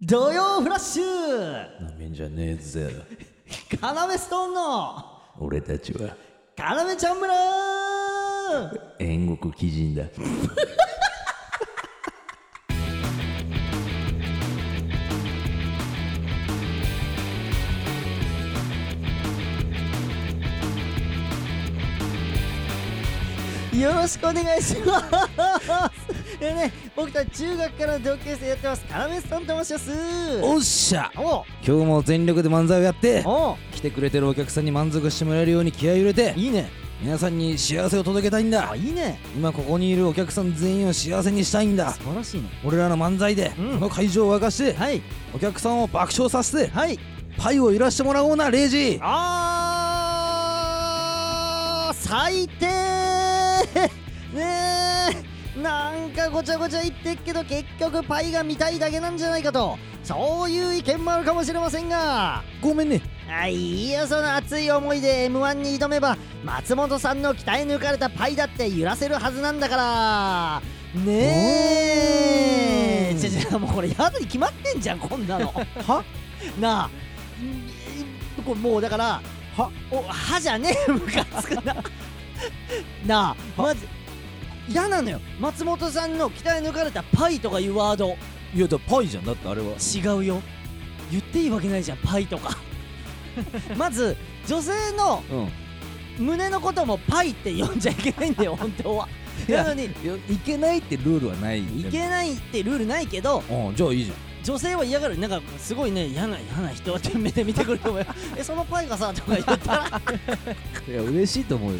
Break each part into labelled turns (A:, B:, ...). A: 土曜フラッシュ
B: なめんじゃねえぜ
A: カナメストーンの
B: 俺たちは
A: カナメちゃん村
B: 煉獄鬼人だ
A: よろしくお願いしますでね、僕たち中学からの同級生やってますカナメストーンと申します
B: おっしゃ
A: お
B: 今日も全力で漫才をやって
A: お
B: 来てくれてるお客さんに満足してもらえるように気合を入れて
A: いいね
B: 皆さんに幸せを届けたいんだ
A: あ、いいね
B: 今ここにいるお客さん全員を幸せにしたいんだ
A: 素晴らしいね
B: 俺らの漫才で、
A: うん
B: この会場を沸かして、
A: はい、
B: お客さんを爆笑させて
A: はい
B: パイを揺らしてもらおうなレイジ
A: あー最低ねえなんかごちゃごちゃ言ってっけど結局パイが見たいだけなんじゃないかとそういう意見もあるかもしれませんが
B: ごめんね
A: あいいよその熱い思いで m 1に挑めば松本さんの鍛え抜かれたパイだって揺らせるはずなんだからね
B: う
A: え
B: ーん
A: じゃじゃもうこれやだに決まってんじゃんこんなの
B: は
A: なあんこれもうだから
B: は
A: お歯じゃねえムカつくななあまず嫌なのよ松本さんの鍛え抜かれたパイとかいうワード
B: いやだパイじゃんだってあれは
A: 違うよ言っていいわけないじゃんパイと かまず女性の
B: うん
A: 胸のこともパイって呼んじゃいけないんだよ本当はなのに
B: いやいけないってルールはない
A: いけないってルールないけど
B: うんじゃあいいじゃん
A: 女性は嫌がるなんかすごいね嫌な嫌な人って目で見てくると思う よえそのパイがさとか言ったら
B: いや嬉しいと思うよ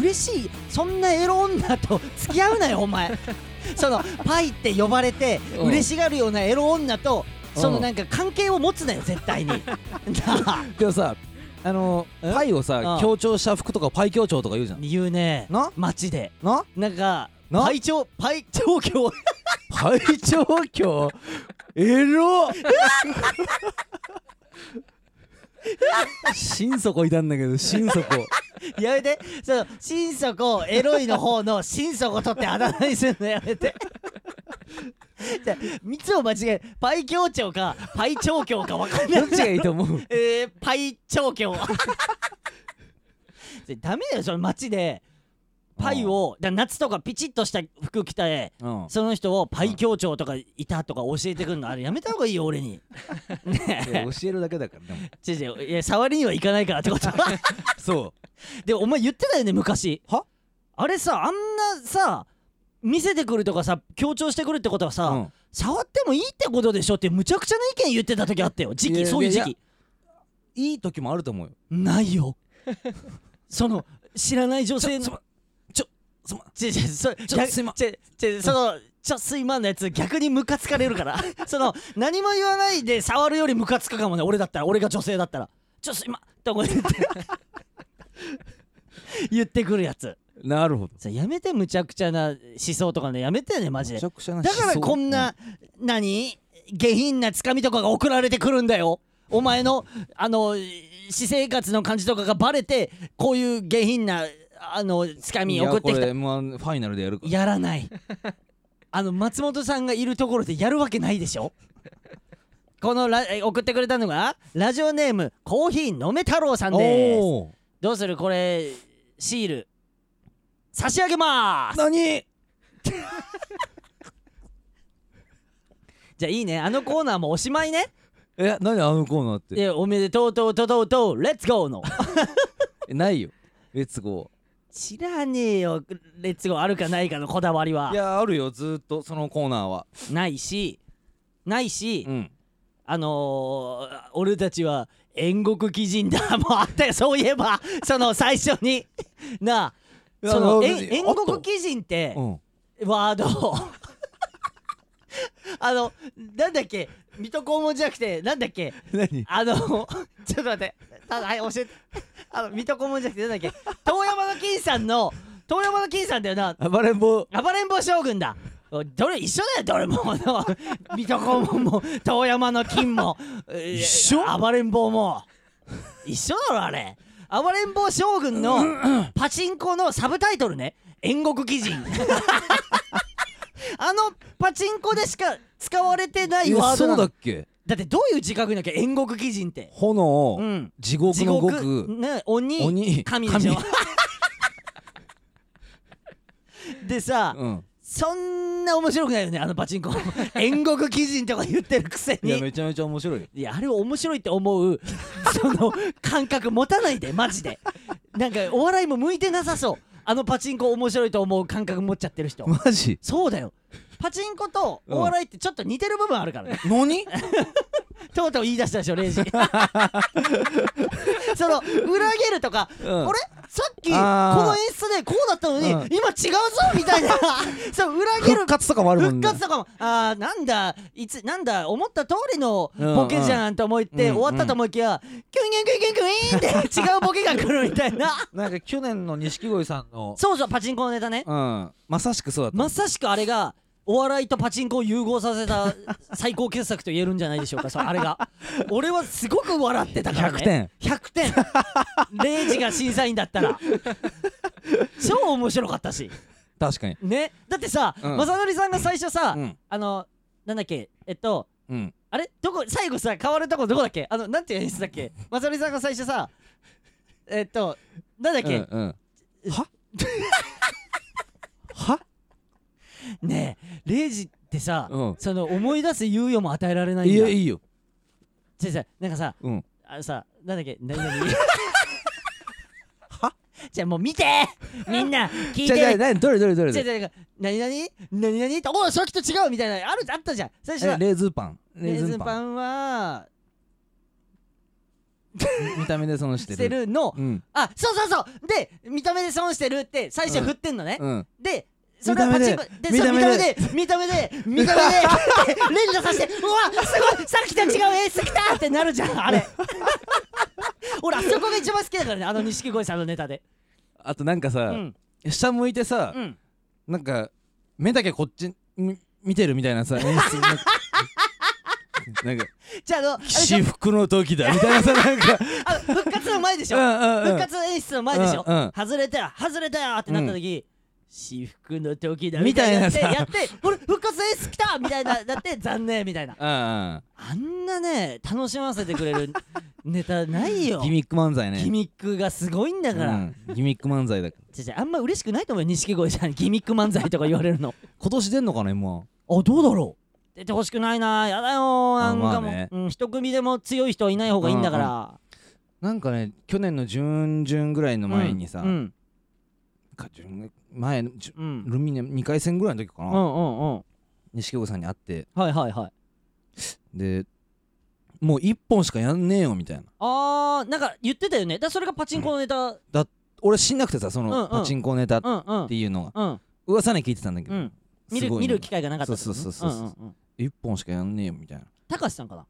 A: 嬉しいそんなエロ女と付き合うなよお 前そのパイって呼ばれて
B: うん
A: 嬉しがるようなエロ女とその
B: うん
A: なんか関係を持つなよ絶 対になあ
B: でもさあの
A: え
B: パイを
A: あ
B: さ
A: あ
B: 強調した服とかパイ強調とか言うじゃん
A: 言うね
B: な
A: 街で
B: な
A: なんか
B: な
A: パイ調パイ調教
B: パイ調教エロ心底いたんだけど心底
A: やめて、その、心底、エロいの方の心底取ってあだ名にするのやめて。じゃあ三つを間違え、パイ協調か、パイ調教か分かんない。
B: どっちがいい と思う
A: えー、パイ調教。それダメだよ、その街で。パイを、だから夏とかピチッとした服着たえ、
B: うん
A: その人をパイ協調とかいたとか教えてくんの、あれやめた方がいいよ、俺に。ね
B: いや教えるだけだからね
A: え、違う違ういや、触りにはいかないからってこと。
B: そ
A: でお前言ってたよね昔
B: は
A: あれさあんなさ見せてくるとかさ強調してくるってことは
B: う、
A: さ、
B: うん、
A: 触ってもいいってことでしょってむちゃくちゃな意見言ってた時あったよ時
B: いや
A: 期
B: いや
A: そういう時
B: いや
A: 期
B: いい時もあると思うよ
A: ないよ その知らない女性の
B: ちょちょすまん
A: ちょちょそれ
B: ちょ
A: 逆
B: すいまん
A: ちょちょそのちょすいまんのやつ逆にムカつかれるから その何も言わないで触るよりムカつくかもね俺だったら俺が女性だったらちょすいまんって思って 言ってくるやつ
B: なるほど
A: さやめてむちゃくちゃな思想とかねやめてねマジで
B: めち
A: だ
B: ゃくちゃな
A: からこんな、何下品なつかみとかが送られてくるんだよお前のあの私生活の感じとかがバレてこういう下品なあのつかみ送ってき
B: い
A: た
B: やこれ M1 ファイナルでやるから
A: やらないあの松本さんがいるところでやるわけないでしょこのラえ送ってくれたのがラジオネームコーヒー飲め太郎さんです
B: おお
A: どうするこれシール差し上げます
B: 何
A: じゃあいいねあのコーナーもおしまい ね
B: え何あのコーナーって
A: でおめでとうとうとうとうとうレッツゴーの
B: えないよレッツゴ
A: 知らねえよレッツゴーあるかないかのこだわり
B: ー
A: はい
B: やあるよずーっとそのコーナーは
A: ないしないし、
B: うん
A: あのー、俺たちは煉獄鬼人だもうあったよそういえばその最初に なあその
B: い
A: え
B: やあ
A: 煉
B: あった
A: 獄鬼人って
B: うん
A: ワード をあのなんだっけ水戸黄門じゃなくてなんだっけ
B: 何
A: あの、ち ょっと待って、ただ、はい、教えて。あの、水戸黄門じゃなくて、なんだっけ、遠山の金さんの、遠山の金さんだよな、
B: 暴れん坊
A: 暴れん坊将軍だ。おどれ一緒だよ、どれも。あの水戸黄門も、遠山の金も、えー
B: 一緒
A: 暴れん坊も。一緒だろ、あれ。暴れん坊将軍のパチンコのサブタイトルね、煉獄鬼人。あのパチンコでしか使われてないワード
B: そ
A: な
B: う
A: の
B: だっけ
A: だってどういう字書くんだっけ煉獄鬼人って
B: 炎、
A: うん
B: 地獄
A: 地
B: の
A: 獄
B: 獄
A: ね鬼
B: 鬼
A: 神でしょ
B: 神
A: でさ、
B: うん
A: そんな面白くないよねあのパチンコ煉獄鬼人とか言ってるくせ
B: いや
A: に
B: めちゃめちゃ面白いよ
A: いやあれを面白いって思うその感覚持たないでマジでなんかお笑いも向いてなさそうあのパチンコ面白いと思う感覚持っちゃってる人
B: マジ
A: そうだよパチンコとお笑いってちょっと似てる部分あるからね、
B: 何
A: とうとう言い出したでしょレイ ジその裏切るとか、
B: うん
A: あれさっきこ
B: あ
A: の
B: ー
A: 演出でこうだったのに、
B: うん
A: 今違うぞみたい なそう裏切る
B: 復活とかもあるもん
A: 復
B: ね
A: 活とかもあーなんだいつなんだ思った通りのボケじゃんと思って、
B: うんうん
A: 終わったと思いきや、キュンキュンキュンキュンキュイ ンって違うボケが来るみたいな
B: なんか去年の錦鯉さんの
A: そうそうパチンコのネタね
B: うんまさしくそうだった
A: まさしくあれがお笑いとパチンコを融合させた最高傑作と言えるんじゃないでしょうかそうあれが俺はすごく笑ってたから、ね、100点100点 レイジが審査員だったら超面白かったし
B: 確かに
A: ねだってさ、
B: うん
A: まさのりさんが最初さ、
B: うん
A: あのなんだっけえっと
B: うん
A: あれどこ最後さ変わるとこどこだっけあのなんていう演出だっけまさのりさんが最初さえっとなんだっ
B: うん
A: け、
B: うん
A: ねえレイジってさ、
B: うん
A: その思い出す猶予も与えられないん
B: い
A: だ
B: やいいよ
A: 違う違うなんかさ
B: うん
A: あのさなんだっけ何何 じゃあもう見てみんな聞い
B: じゃじゃ
A: て
B: 何どれどれどれ
A: じ
B: ど
A: ゃじ
B: れ
A: ゃ何々何々っておいさっきと違うみたいなあるあったじゃん最初
B: え
A: は
B: レーズンパン
A: レーズンパ
B: ン
A: ンは
B: 見た目で損し
A: してて
B: る
A: るの
B: うん
A: あそうそうそうで見た目で損してるって最初振ってんのね
B: うん
A: でそれはパチンコで
B: 見
A: そう
B: た
A: 見
B: 目
A: た目
B: で
A: で見た目で 見た目でで連打させてうわすごいさっきと違う演出来たってなるじゃんあ れ俺あそこが一番好きだからねあの錦鯉さんのネタで
B: あとなんか
A: う
B: さ
A: ん
B: 下向いてさ
A: うん
B: なんか目だけこっちみ見てるみた いなさ演出なんかなんか
A: じゃああのあれでしょ
B: 私服の時だみたいなさなん か
A: あの復活の前でし
B: う
A: ょ
B: んうんうん
A: 復活演出の前でしょ
B: うんうん
A: 外れたよ外れたよってなった時、私服の時だみ
B: み
A: た
B: た
A: い
B: い
A: な
B: な
A: って
B: さ
A: やって俺復活演出来たみたいなだって 残念みたいな
B: うんうん
A: あんなね楽しませてくれるネタないよ
B: ギミック漫才ね
A: ギミックがすごいんだから、
B: うんギミック漫才だから
A: じゃじゃあんま嬉しくないと思うよ錦鯉さんにギミック漫才とか言われるの
B: 今年出んのかなも
A: あどうだろう出てほしくないなやだよーなん
B: ま
A: か
B: あ
A: もう、
B: ね
A: うん、一組でも強い人はいない方がいいんだから、
B: うなんかね去年の準々ぐらいの前にさ、
A: うん
B: か準前じゅ
A: うんうん
B: ルミネ2回戦ぐらいの時か
A: う
B: なん
A: うんうん
B: 錦鯉さんに会って
A: はいはいはい
B: でもう1本しかやんねえよみたいな
A: あーなんか言ってたよねだからそれがパチンコのネタ、うん、
B: 俺知んなくてさそ
A: うんう
B: の
A: ん
B: パチンコネタっ
A: うんうん
B: ていうのが
A: うん
B: 噂ね聞いてたんだけ
A: う
B: ど
A: ん見る
B: すごい
A: 見
B: ね
A: る機会がなかったってことね
B: そうそうそうそうそ
A: んんん
B: 1本しかやんねえよみたいな
A: 高橋さんかな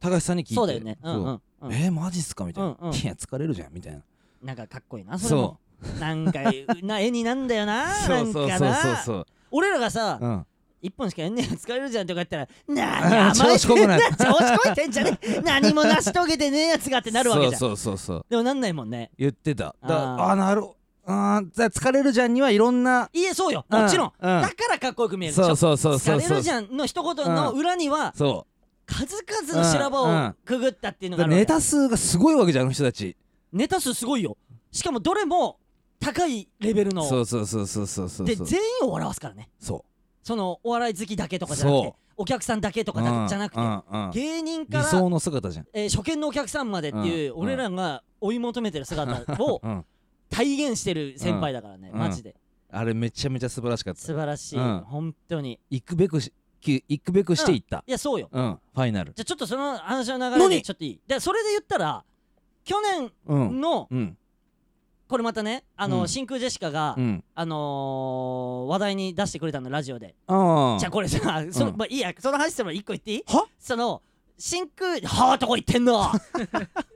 B: 高橋さんに聞いて
A: そうだよねうんうん
B: そう
A: うん
B: えーマジっすかみたいな
A: うんうん
B: いや疲れるじゃんみたいな
A: なんかかっこいいなそれも
B: そ
A: なんかな絵になんだよ
B: う
A: な
B: そう
A: なん
B: そう
A: か
B: そう
A: な
B: そうそう
A: 俺らがさ、
B: うん
A: 一本しかやんねえよ疲れるじゃんとか言ったらなあ
B: あー調子こくない
A: 調子こいてんじゃね え何も成し遂げてねえやつがってなるわけじゃん
B: そうそうそうそう
A: でもなんないもんね
B: 言ってただ
A: あー
B: あーなるあーじゃあ疲れるじゃんにはいろんない
A: いえそうよもちろん、
B: うんうん
A: だからかっこよく見えるでし
B: そ
A: ょ
B: うそうそうそう
A: 疲れるじ
B: ん
A: ゃんの一言の裏には、
B: そ
A: 数々の修羅場をくぐったっていうの
B: うだ
A: があるわ
B: から
A: け
B: ネタ数がすごいわけじゃんあの人たち
A: ネタ数すごいよしかもどれも高いレベルの
B: そうそうそうそうそうそう
A: で
B: そう
A: 全員を笑わすからね
B: そ
A: そのお笑い好きだけとかじゃなく
B: そ
A: て
B: う
A: お客さんだけと
B: う
A: かだじゃなくて
B: うんうん
A: 芸人から
B: 理想、の姿じゃん
A: えー初見のお客さんまでっていう
B: うん
A: 俺らが追い求めてる姿を
B: うん
A: 体現してる先輩だからね
B: うん
A: マジで
B: あれめちゃめちゃ素晴らしかった
A: 素晴らしい
B: うん
A: 本当に
B: 行くべくしき行くべくして行った
A: いやそうよ
B: うんファイナル
A: じゃあちょっとその話の流れで
B: 何
A: ちょっといいでそれで言ったら去
B: うん
A: 年の
B: うん
A: これまたねあ
B: う
A: の
B: ん
A: 真空ジェシカが
B: うん
A: あのー、話題に出してくれたのラジオで、
B: ああ
A: じゃあこれさその、
B: うん
A: まあ、いいやその話しても一個言っていい
B: は
A: その真空はあとこ言ってんの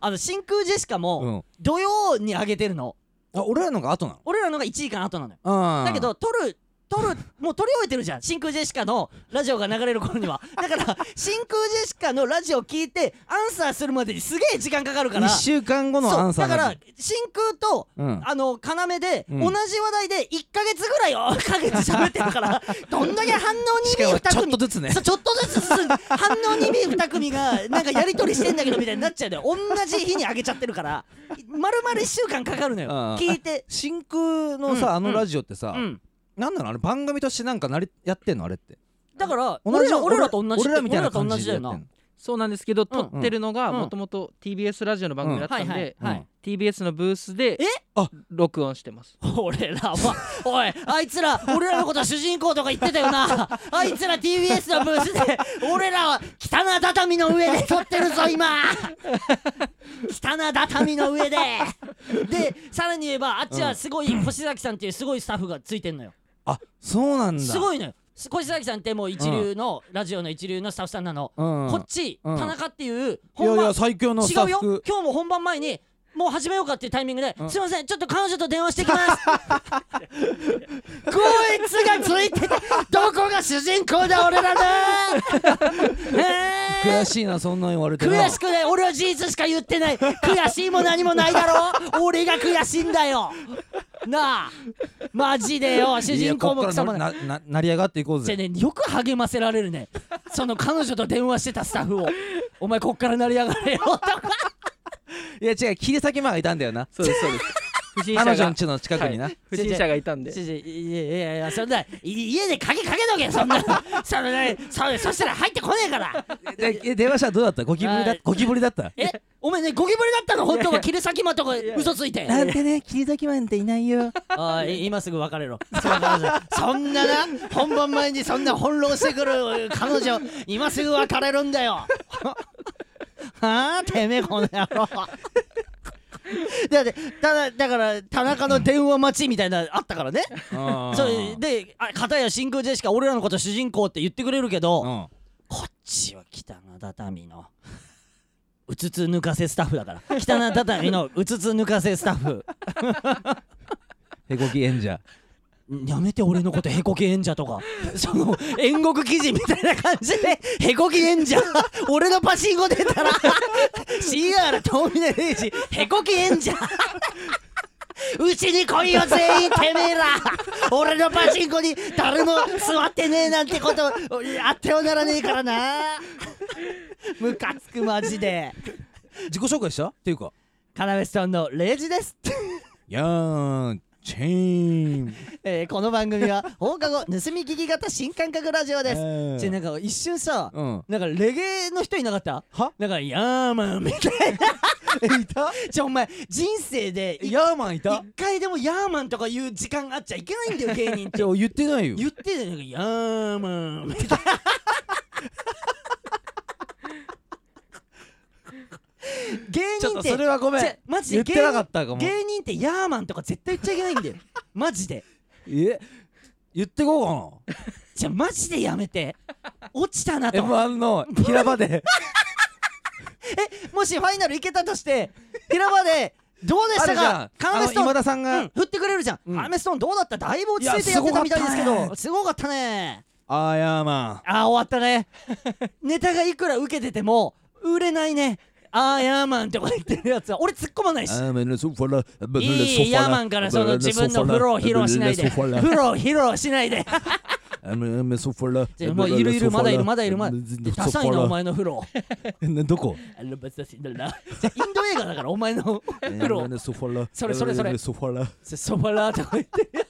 A: あの真空ジェシカ
B: う
A: も
B: ん
A: 土曜に上げてるの
B: あ俺らのが後なの
A: 俺らのが1時間後なのよ
B: ああ
A: だけど撮る撮るもう撮り終えてるじゃん真空ジェシカのラジオが流れる頃にはだから真空ジェシカのラジオ聞いてアンサーするまでにすげえ時間かかるから
B: 1週間後の
A: そう
B: アンサー
A: だから真空と、
B: うん
A: あの要で、
B: うん
A: 同じ話題で1か月ぐらいを かけて喋ってるから どんだけ反応に
B: し
A: 2
B: かもちょっ
A: 組
B: とずつね
A: そうちょっとずつ進んで反応に2組がなんかやり取りしてんだけどみたいになっちゃうのよ同じ日にあげちゃってるから丸々1週間かかるのよ
B: ああ
A: 聞いて
B: 真空のさ、
A: うん
B: あのラジオってさ、
A: うん
B: なんなのあれ番組としてなんかなりやってんのあれって
A: だから
B: 同
A: 俺
B: じ
A: ら俺らと同じ
B: 俺らみたいな感
A: 俺らと同
B: じ
A: じだ
B: でや
A: よ
B: ってんの
A: な
C: そうなんですけど撮ってるのが
A: うん
C: もともと TBS ラジオの番組だったんで、
A: うんはいはい
B: はい
C: TBS のブースで
A: え
B: あ
C: 録音してます
A: 俺らはおいあいつら俺らのこと主人公とか言ってたよ なあいつら TBS のブースで俺らは汚畳の上で撮ってるぞ 今汚畳の上ででさらに言えばあっちはすごい星崎さんっていうすごいスタッフがついてんのよ
B: あそうなんだ
A: すごいのよ星崎さんってもう一流のラジオの一流のスタッフさんなの
B: うん、
A: こっち
B: うん
A: 田中っていう
B: いや
A: 本
B: い
A: 番
B: や最強のスタ
A: 違う
B: ッ
A: よ
B: フ
A: 今日も本番前にもう始めようかっていうタイミングで、
B: うん
A: すいませんちょっと彼女と電話してきます こいつがついててどこが主人公だ俺らね え
B: 悔しいなそんなん言われて
A: ー
B: な
A: 悔しくない俺は事実しか言ってない悔しいも何もないだろ俺が悔しいんだよなあマジでよ主人公も
B: い
A: 貴
B: やこっ
A: 様な
B: からなな 成り上がっていこう
A: じゃ
B: ぜ
A: あねよく励ませられるねその彼女と電話してたスタッフをお前こっから成り上がれよとか
B: いや違う切り裂きマンがいたんだよな
C: そうですそ うです不審者
B: 彼
C: が
B: 女の家の近くにな、
C: はい不審者がいたんで
A: いやいやいやいやそんない 家で鍵かけとけそんなのそれねそそしたら入ってこねえから
B: でえ電話したらどうだったゴキブリ
A: は
B: だ
A: い
B: ゴキブリだった
A: えお前ねゴキブリだったの本当は切る先間とか
C: や
A: 嘘ついて
B: なんてね切り裂きマンっていないよ
A: ああい今すぐ別れろその彼女そんなな本番前にそんな翻弄してくる彼女今すぐ別れるんだよ はあてめえこの野郎だってただだから田中の電話待ちみたいなのあったからねそれであ片や真空ジェシカ俺らのこと主人公って言ってくれるけど、
B: うん
A: こっちは北の畳のうつつ抜かせスタッフだから北の畳のうつつ抜かせスタッフ
B: へこき演者
A: やめて俺のことへこき演者とか その煉獄記事みたいな感じでへこき演者俺のパチンコ出たら CR トーミネレイジへこき演者うちに来いよ全員てめえら俺のパチンコに誰も座ってねえなんてことあってはならねえからなムカつくマジで
B: 自己紹介したっていうか
A: カナメストーンのレイジです
B: やーんチェーン
A: えーこの番組は放課後盗み聞き型新感覚ラジオです。
B: うん
A: ちょなんか一瞬さ、
B: うん
A: なんかレゲエの人いなかった
B: は
A: なんかヤーマンみたいな。
B: いた
A: ちょお前人生でい
B: ヤーマンい
A: 一
B: た
A: 回でもヤーマンとかいう時間あっちゃいけないんだよ芸人って
B: じ。ゃ言って ないよ
A: 言ってたよなんかヤーマンみたいな。芸
B: ちょ
A: 人
B: っ
A: っ
B: と
A: て
B: それはごめ
A: じゃ
B: ん
A: マジ
B: 言
A: で
B: って
A: 芸
B: なか
A: 人
B: ったかも
A: 芸人ってヤーマンとか絶対言っちゃいけないんだよ。マジで。
B: え言ってこうか
A: じゃあマジでやめて落ちたなと
B: な M1 の平場で
A: もしファイナル行けたとして平場でどうでし
B: あ
A: た
B: るじゃん
A: かカーメ
B: あ
A: ス
B: の
A: トーン
B: 今田さんが、
A: うん振ってくれるじゃん、
B: うん
A: アメストーンどうだっただいぶ落ち着いてやってたみたいですけ
B: いや
A: どすごかったね
B: あーヤーマ
A: あー終わった ねネタがいくら受けてても売れないねあーヤーマンとか言ってるやつは俺突っ込まないし
B: ンい
A: いいヤーマンからその自分の風呂を披露しないで風 呂を披露しないでもういるいるまだいるまだいるまだでダサいなお前の風呂
B: どこ
A: あのバサシだ なじゃあインド映画だからお前の風呂それそれそれ
B: ソフ ァラ
A: そソファラーとか言ってるや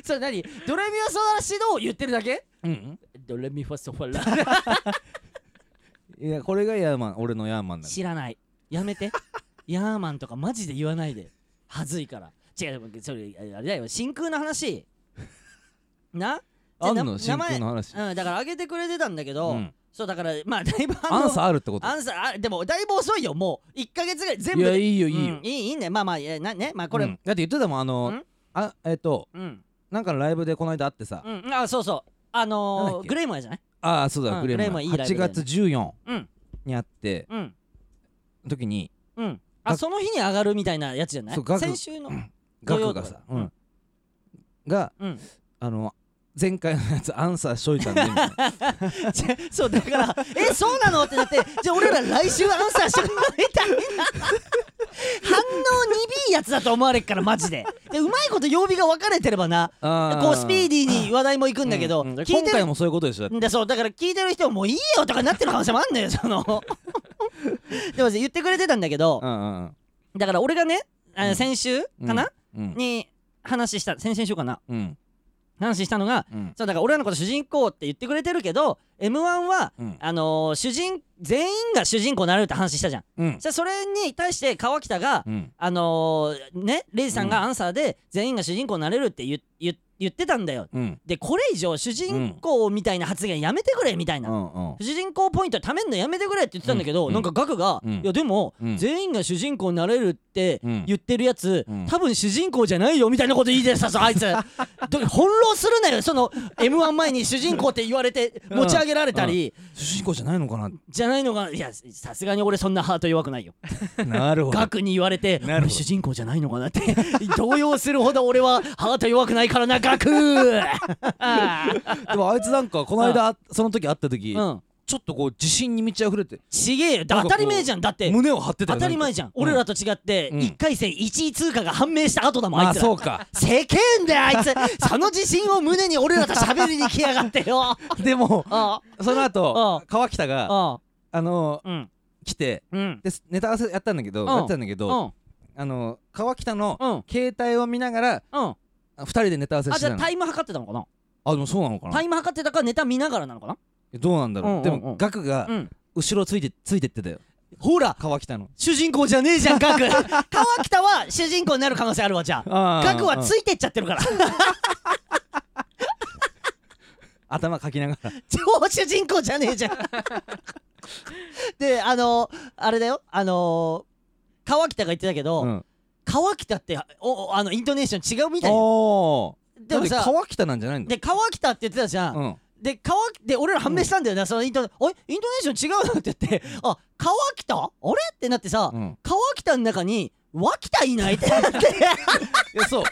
A: つ それ何ドレミファソファラシドを言ってるだけ
B: うん
A: ドレミファソファ ラ
B: いやこれがヤーマン俺のヤーマンだ
A: 知らないやめてヤーマンとかマジで言わないではずいから違うそれあれだよ真空の話な
B: あん
A: じゃ
B: の真空の話
A: うん、だから上げてくれてたんだけど、
B: うん
A: そうだからまあだいぶあの
B: アンサーあるってこと
A: アンサーあでもだいぶ遅いよもう1か月ぐらい全
B: い
A: 部
B: や
A: で
B: いいよいい
A: うん
B: よ
A: いいいいねまあまあいやなねまあこれ
B: う
A: うん
B: んだって言ってたもんあの
A: ん
B: あえっと
A: うん、
B: なんかのライブでこの間会ってさ
A: うん、あそうそうあ
B: なんだ
A: の
B: っ
A: ー、
B: け
A: グレイモアじゃない
B: ああそう
A: う
B: だ
A: ん
B: グレー
A: グレーマ
B: マ
A: ン
B: ン
A: いいライブ
B: 8
A: だよね
B: 月14
A: うん
B: に会って
A: うん
B: 時に
A: うん。あ、
B: が
A: その日に上がるみたいなやつじゃない
B: そう額
A: 先週の。
B: ガクがさ
A: 土曜とか
B: うんが
A: うん。
B: あの前回のやつアンサーしといた んでみたいな
A: じゃ そうだから「えそうなの?」ってなってじゃあ俺ら来週アンサーしてもらいたいな反応鈍いやつだと思われっからマジ ででうまいこと曜日が分かれてればな
B: あー
A: こうスピーディーに話題もいくんだけど、
B: うんうんで
A: 聞い
B: 今
A: て
B: 回
A: る
B: もそういうことでしょだって
A: んだそうだから聞いてる人ももういいよとかなってる可能性もあんのよその でもさ言ってくれてたんだけど
B: うんうんうん
A: だから俺がねあ
B: う
A: の
B: ん
A: 先週かな、
B: うん
A: に話した先々週かな
B: うん
A: 話したのが
B: うん
A: そうだから俺らのこと主人公って言ってくれてるけど m 1は
B: うん
A: あのー主人全員が主人公になれるって話したじゃん
B: うん
A: じゃあそれに対して川北が、
B: うん
A: あのーねレイジさん
B: う
A: がアンサーで全員が主人公になれるって言言言ってたんだよ
B: うん
A: でこれ以上主人公みたいな発言やめてくれみたいな、
B: うん
A: 主人公ポイント貯めんのやめてくれって言ってたんだけど、
B: うん
A: なんかガクが、
B: うん
A: いやでも、
B: うん
A: 全員が主人公になれるって
B: うん
A: 言ってるやつ、
B: うん
A: 多分主人公じゃないよみたいなこと言い出したぞあ いつど翻弄するなよその m 1前に主人公って言われて持ち上げられたり、
B: 主人公じゃないのか
A: じゃないのがいやさすがに俺そんなハート弱くないよ
B: ななるほど
A: ガクに言われて
B: なるほど
A: 俺主人公じゃないのかなって 動揺するほど俺はハート弱くないからなガク
B: でもあいつなんかこの間その時会った時
A: うん
B: ちょっとこう自信に満ち溢れて
A: ちげえよだ
B: なん
A: 当
B: かこう
A: たり前じゃんだって
B: 胸を張ってた
A: 当
B: よ
A: たり前じゃん、俺らと違って
B: うん
A: 1回戦1位通過が判明した後だもん、
B: ま
A: あ
B: あ
A: いつら
B: そう か
A: 世間であいつその自信を胸に俺らと喋りに来やがって よ
B: でも
A: あ
B: その後
A: う
B: 川北が
A: あ
B: あの
A: うん
B: 来て
A: うん
B: でネタ合わせやったんだけど
A: うん
B: やってたんだけ
A: う
B: ど
A: ん
B: あの川北の
A: うん
B: 携帯を見ながら
A: うん
B: 2人でネタ合わせし
A: あ
B: て
A: じゃ
B: た
A: あ
B: の
A: タイム測ってたのかな
B: あでもそうなのかな
A: タイム測ってたからネタ見ながらなのかな
B: どうなんだろうで
A: うんうんうん
B: もガクが
A: うん
B: 後ろついてついてってたよ
A: ほら
B: 川北の
A: 主人公じゃねえじゃん ガク川北は主人公になる可能性あるわじゃあガ
B: ガ
A: クはついてっちゃってるから
B: 頭かきながら
A: 超主人公じゃねえじゃ んであのあれだよあの川北が言ってたけど、
B: うん
A: 川北っておおあのイントネーション違うみたいよ
B: おー
A: でも
B: だっ
A: さ
B: て川北なんじゃないの
A: で川北って言ってたじゃん、
B: うん
A: で川で俺ら判明したんだよな、そのイントネあれイントネーション違うなって言ってあ川北あれってなってさ、
B: うん
A: 川北の中に脇田い ないってなって
B: いやそう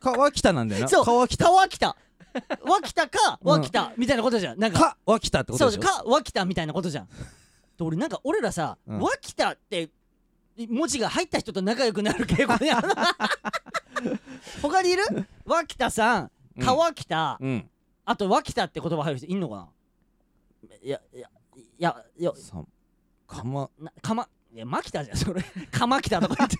B: 川北なんだよ な
A: そう
B: 川北
A: 川北脇田か脇田みたいなことじゃんなんか
B: か脇田ってこ
A: そ
B: と
A: う
B: で
A: そ
B: し
A: うか
B: ょ
A: 脇田みたいなことじゃんで俺なんか俺らさ、
B: うん
A: 脇田って文字が入った人と仲良くなる傾向にある 他にいる脇田さん
B: うん
A: 川北、
B: うん
A: あと脇田って言葉入る人いんのかないやいやいやいや
B: さかま
A: なかまいや牧田じゃんそれ 鎌北とか言っ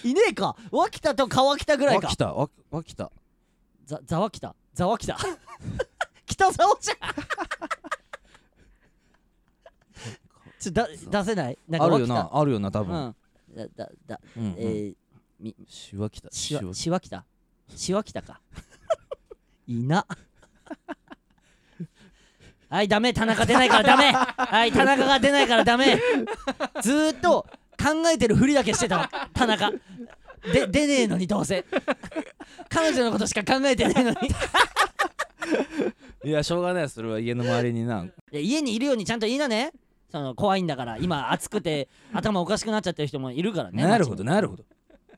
A: て いねえか脇田と川北ぐらいか
B: 脇田わ脇田
A: ざざわきたざわきた 北沢じゃん ちょだ出せないなんか
B: あるよなあるよな多
A: 脇田
B: 分
A: うんだだだ
B: うんうん
A: えー、
B: しわきた
A: しわ
B: しわ
A: しわきたしわきた かいいなはいダメ田中出ないからダメはい田中が出ないからダメずーっと考えてるふりだけしてたわ田中で出ねえのにどうせ彼女のことしか考えてねえの に
B: いやしょうがないそれは家の周りにな
A: で家にいるようにちゃんと言いなねその怖いんだから今暑くて頭おかしくなっちゃってる人もいるからね
B: なるほど
A: 街
B: なるほど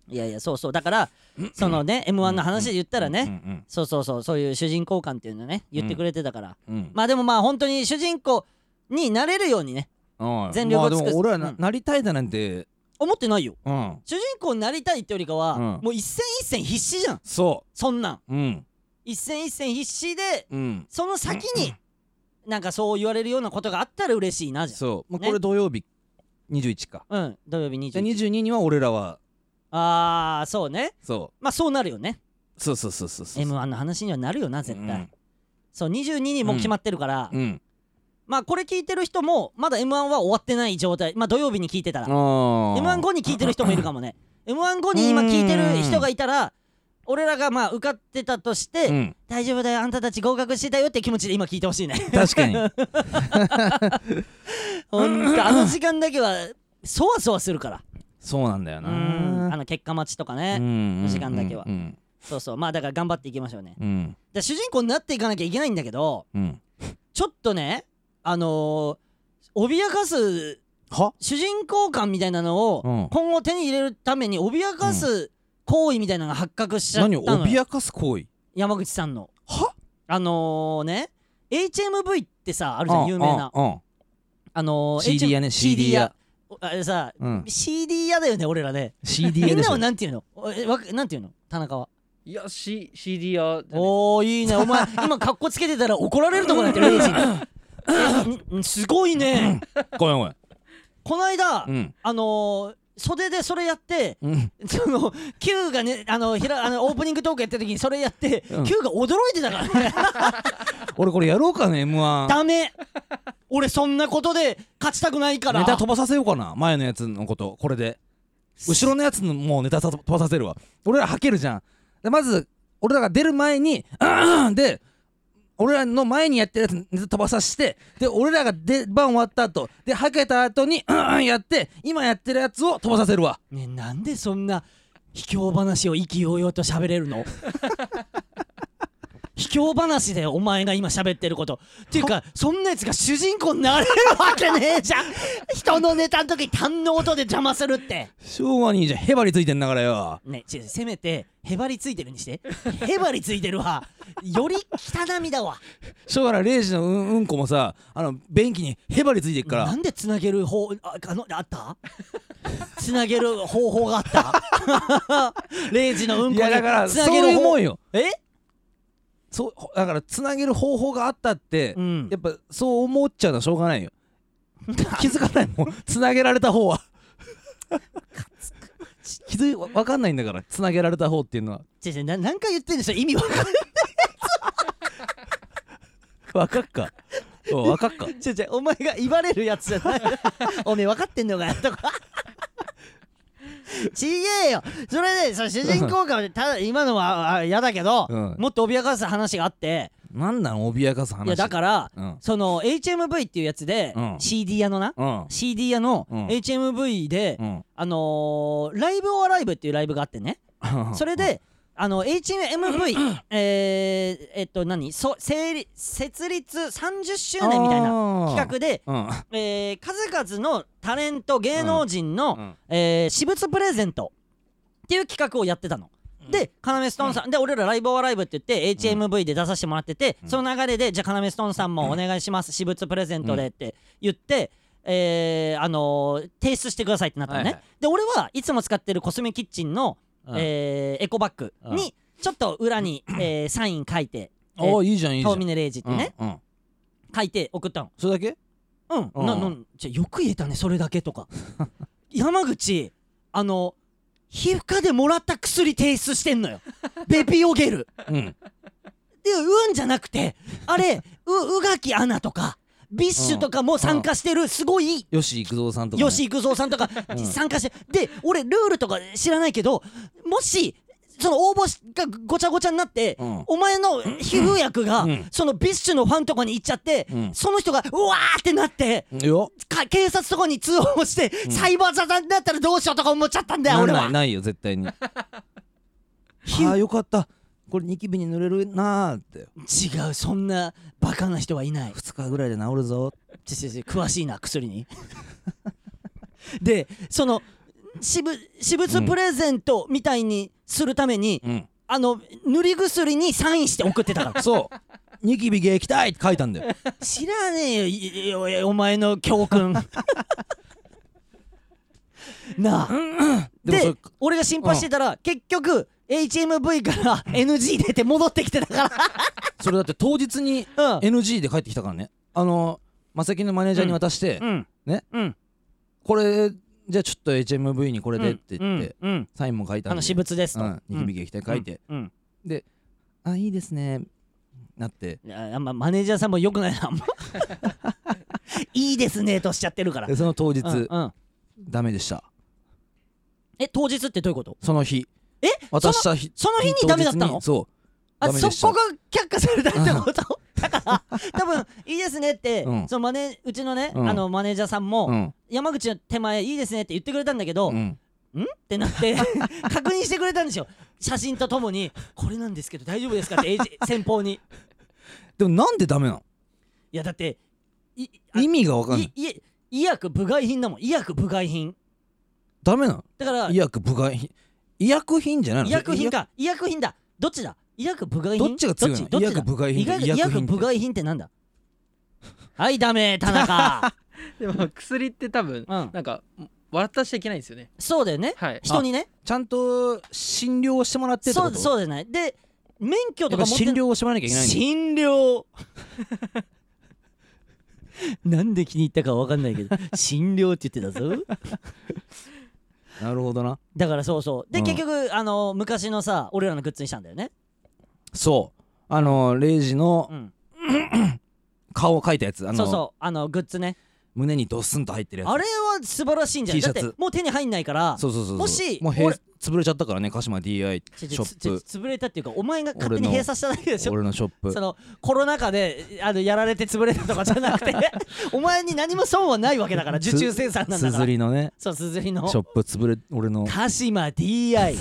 A: にいやいやそうそうだからそのね m 1の話で言ったらね、
B: うん
A: そうそうそうそういう主人公感っていうのね言ってくれてたから、
B: うんうん
A: まあでもまあ本当に主人公になれるようにね
B: うん
A: 全力を尽くす
B: まあでも俺は
A: う
B: なんなりたいだなんて
A: 思ってないよ
B: うん
A: 主人公になりたいってよりかは、
B: うん
A: もう一戦一戦必死じゃん
B: そ
A: そんなん
B: ううん
A: 一戦一戦必死で
B: うん
A: その先になんかそう言われるようなことがあったら嬉しいなじゃん
B: そうまあ
A: ね
B: これ土曜日21か
A: うん土曜日
B: じゃあ
A: 20
B: 22には俺らは
A: ああそうね
B: そ
A: まあそうなるよね
B: うそうそうそうそうそう
A: m 1の話にはなるよな絶対、そう22にもう決まってるから、
B: うんうん
A: まあこれ聞いてる人もまだ m 1は終わってない状態まあ土曜日に聞いてたら m 1
B: M15
A: 後に聞いてる人もいるかもね m 1後に今聞いてる人がいたら俺らがまあ受かってたとして、
B: うん
A: 大丈夫だよあんたたち合格してたよって気持ちで今聞いてほしいね
B: 確かに
A: ほんとあの時間だけはそわそわするから
B: そうなんだよ
A: う
B: なん
A: あの結果待ちとかね、
B: うんうん
A: 時間だけは
B: うん
A: そうそうまあだから頑張っていきましょうね
B: うん
A: で主人公になっていかなきゃいけないんだけど
B: うん
A: ちょっとねあのー、脅かす
B: は
A: 主人公感みたいなのを、
B: うん
A: 今後手に入れるために脅かす行為みたいなのが発覚しちゃった
B: 何
A: の
B: を
A: よ
B: 脅かす行為
A: 山口さんの
B: は
A: あのーね HMV ってさあるじゃん有名な
B: うんうんうん
A: あのー
B: CD やね CD や
A: おあれさ
B: うん
A: CD 屋だよね俺らね
B: CD
A: み
B: や
A: ん
B: でし
A: な
B: ょ
A: はなんていうのおえわかなんていうの田中はい
C: や、C、CD や、
A: おおいいねお 前今カッコつけてたら怒られるとこだってレイジにんんすごいね
B: ごめんごめん
A: この間、
B: うん
A: あのー袖でそれやって
B: うん
A: その Q がねあのひらあのオープニングトークやった時にそれやって、
B: うん
A: Q が驚いてたからね
B: 俺これやろうかね M1
A: ダメ俺そんなことで勝ちたくないから
B: ネタ飛ばさせようかな前のやつのことこれで後ろのやつのもうネタさ飛ばさせるわ俺らはけるじゃんでまず俺らが出る前に「うんうん」で俺らの前にやってるやつネタ飛ばさしてで俺らが出番終わった後ではけた後に「うんうん」やって今やってるやつを飛ばさせるわ
A: ねえなんでそんな卑怯話を意気揚々と喋れる の卑怯話でお前が今喋ってることっていうかそんなやつが主人公になれるわけねえじ ゃん人のネタの時単の音で邪魔するって
B: 昭和にじゃへばりついてんだからよ
A: ねえ違うせめてへばりついてるにしてへばりついてるはより汚みだわ
B: 昭和の0時のうんうんこもさあの便器にへばりついてっから
A: なんでつなげる方ああのあったつなげる方法があった レイジのうん
B: い
A: こ
B: や
A: に
B: だから
A: つ
B: そ
A: な
B: う
A: げる
B: いう
A: 方
B: もんよ
A: え
B: そうほだからつなげる方法があったって、
A: うん
B: やっぱそう思っちゃうのはしょうがな いよ気づかないもんつなげられた方は気づいわわかんないんだからつなげられた方っていうのは
A: 違う違うな何回言ってんでしょ意味わかんない
B: わかっかおうわかっか
A: 違う違うお前が言われるやつじゃない おめえ分かってんのかよとかちげえよそれでその主人公がただ今のはあ嫌だけど、
B: うん
A: もっと脅かす話があって
B: なんなの脅かす話
A: いやだから、
B: うん
A: その HMV っていうやつで、
B: うん
A: CD 屋のな、
B: うん
A: CD 屋の
B: うん
A: HMV で、
B: うん
A: あのーライブ・オア・ライブっていうライブがあってね、それで、あの HMV、えー、えっと何そ成立設立30周年みたいな企
B: な
A: 画で、
B: 画
A: えー数々のタレント芸能人の、
B: うんうん
A: えー私物プレゼントっていう企画をやってたの。で、カナメストーンさん、で、俺らライブオアライブって言って、HMV で出させてもらってて、その流れで、じゃあ、カナメストーンさんもお願いします、私物プレゼントでって言って、えーあのー提出してくださいってなったのね。
B: はいはい
A: で、俺はいつも使ってるコスメキッチンの、
B: うん
A: えーエコバッグに、ちょっと裏 に、えーサイン書いて、え
B: お
A: ー
B: おいいじゃんいいじゃ
A: 遠
B: ん
A: 峰レイジってね、
B: うんうん
A: 書いて送ったの。
B: それだけ
A: うん、
B: うん
A: ななんじゃよく言えたねそれだけ とか山口あの皮膚科でもらった薬提出してんの よベピオゲル
B: うん
A: でうんじゃなくてあれう宇垣アナとかビッシュとかも参加してるすごい
B: 吉幾三さんとかね
A: 吉幾三さんとか
B: ん
A: 参加して、で俺ルールとか知らないけどもしその応募しがごちゃごちゃになって、
B: うん
A: お前の皮膚薬が、
B: うん
A: そのビッシュのファンとかに行っちゃって、
B: うん
A: その人がうわーってなって、
B: よ
A: か警察とかに通報して、サイバーザになったらどうしようとか思っちゃったんだよ
B: なん
A: 俺
B: な
A: はい
B: ないよ絶対にあ
A: ひゅ
B: あよかったこれニキビに塗れるなーって
A: 違うそんなバカな人はいない
B: 2日ぐらいで治るぞ
A: ちちち詳しいな薬 にでその私物私物プレゼントみたいにするために、
B: うん
A: あの塗り薬にサインして送ってたか ら
B: そうニキビ撃退って書いたんだよ
A: 知らねえよいいおいお前の教 訓なあ、
B: でも
A: で
B: それ
A: 俺が心配してたら、結局 HMV から NG 出て戻ってきてたか
B: それだって当日に
A: らうん
B: NG で帰ってきたからねあのマセキのマネージャーに渡して、
A: うん
B: ね
A: うん
B: これじゃあちょっと HMV にこれでって言って、
A: うんうん
B: サインも書いたん
A: あ
B: で
A: の私物ですと、
B: うん、ニキビ撃退書いて、
A: うんうん
B: あいいですねなって
A: いやあんまマネージャーさんもよくないなあんま いいですねとしちゃって るから
B: でその当日、
A: うんうん
B: ダメでした
A: え当日ってどういうこと
B: その日
A: え
B: 渡した日
A: その日にダメだった
B: 当日
A: の
B: にそう
A: あ
B: ダメでし
A: そ
B: た
A: こが却下されたってことだから多分いいですねって、
B: うん
A: そのマネうちのね、
B: うん
A: あのマネージャーさんも、
B: うん
A: 山口の手前いいですねって言ってくれたんだけど、
B: うん
A: んってなって 確認してくれたんですよ写真とともにこれなんですけど大丈夫ですかってエー ジ先方にい
B: でもなんでダメなの
A: やだっていあ
B: 意味がわかんない
A: いい医薬部外品だもん医薬部外品
B: ダメなの
A: だから
B: 医薬部外品医薬品じゃないの
A: 医薬品か医薬品だどっちだ医医学部外品
B: どっちが強いの
A: どっちどっちだ
B: 医学部外品
A: 医学
B: 医
A: 医
B: 薬品
A: 薬部外品ってなんだはいダメ田 中
C: でも薬って多分
B: うん
C: なんか笑ったしちゃいけないんですよね
A: そうだよね
C: はい
A: 人にね
B: ちゃんと診療をしてもらってって
A: そ
B: こ
A: う
B: と
A: そうじゃないで免許
B: や
A: と
B: っ
A: か
B: ぱ
A: 持って
B: 診療をしてもらわなきゃいけないの
A: 診療 なんで気に入ったかわかんないけど診療って言ってたぞ
B: なるほどな
A: だからそうそうで、
B: うん
A: 結局あの昔のさ俺らのグッズにしたんだよね
B: そうあのレイジの
A: うん
B: 顔を描いたやつあの
A: そうそうあのグッズね
B: 胸にドスンと入ってるやつ
A: あれは素晴らしいんじゃない
B: T シ
A: だっ
B: ャツ
A: てもう手に入んないから
B: そうそうそうそう
A: もし
B: もう閉
A: 俺
B: 潰れちゃったからね鹿島 DI シ
A: ちょ
B: ョ
A: ちょ
B: ップ
A: ちょ潰れたっていうかお前が勝手
B: 俺
A: に
B: の
A: 閉鎖しただけでしょ
B: 俺のショップ
A: そのコロナ禍であのやられて潰れたとかじゃなく てお前に何も損はないわけだから受注生産なんだ
B: す
A: か
B: ず
A: ら
B: りのね
A: そうすずりの
B: ショップ潰れ俺の
A: 鹿島 DI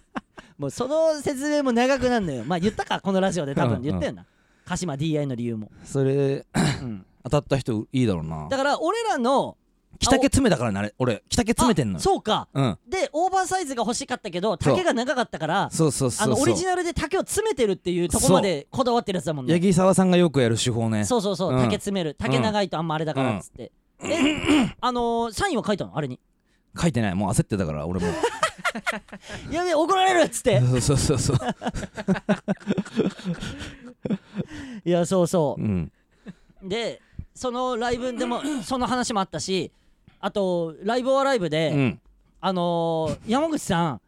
A: もうその説明も長くなるのよまあ言ったかこのラジオで多
B: う
A: 分
B: ん
A: 言ったよな鹿島 DI の理由も、
B: それ
A: うん
B: 当たった人いいだろうな
A: だから俺らの
B: 北毛詰めだからねあれ俺北毛詰めてんの
A: あ
B: よ
A: そうか
B: うん
A: でオーバーサイズが欲しかったけど
B: そう
A: 丈が長かったから
B: そうそうそ
A: あ
B: う
A: の
B: そ
A: オ
B: う
A: リジナルで丈を詰めてるっていうとこまでこだわってるやつだもんね
B: 八木沢さんがよくやる手法ね
A: そうそうそう、
B: うん
A: 竹詰める竹長いとあんまあれだからっつって、えあのー、サインは書いたのあれに
B: 書いてないもう焦ってたか ら俺も
A: やべえ怒られるっつ って
B: そうそうそうそう
A: いやそうそ
B: うん
A: うでそのライブでもその話もあったしあとライブはライブ
B: う
A: で、
B: ん
A: あのー、山口さん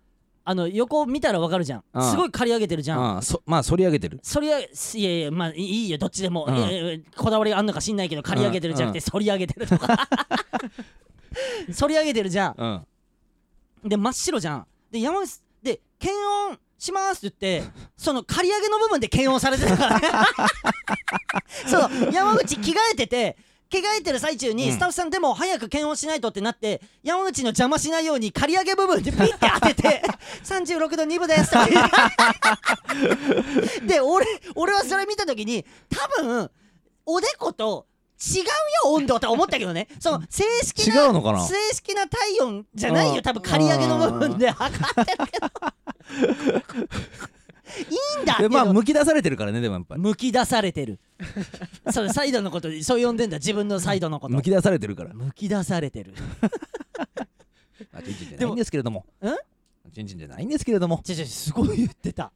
A: あの横見たらわかるじゃん
B: ああ
A: すごい刈り上げてるじゃん
B: ああそまあ反り上げてる
A: そりゃいやいやまあいいよどっちでも、
B: うん
A: いやいやこだわりがあんのか知んないけど刈り上げてるじゃなくて反り上げてるとか反り上げてるじゃん
B: うん
A: で真っ白じゃんで山口で検温しますって言ってその刈り上げの部分で検温されてたからね そう山口着替えてて着替えてる最中
B: う
A: に
B: ん
A: スタッフさんでも早く検温しないとってなって山口の邪魔しないように刈り上げ部分でピッて当て て36度2分ですとか言って で俺俺はそれ見た時に多分おでこと違うよ温度と思ったけどねその正式
B: 違
A: な
B: うのかな
A: 正式な体温じゃない
B: うん
A: よ多分刈り上げの部分で測ってるけどいいんだけ
B: でまあ
A: ど
B: むき出されてるからねでもやっぱり
A: むき出されてる それサイドのことそう呼んでんだ自分のサイドのこと
B: むき出されてるから
A: むき出されてる
B: あちんちんじ
A: で
B: ゃない
A: も
B: んですけれどもちんちんじゃないんですけれども
A: ちょちょすごい言ってた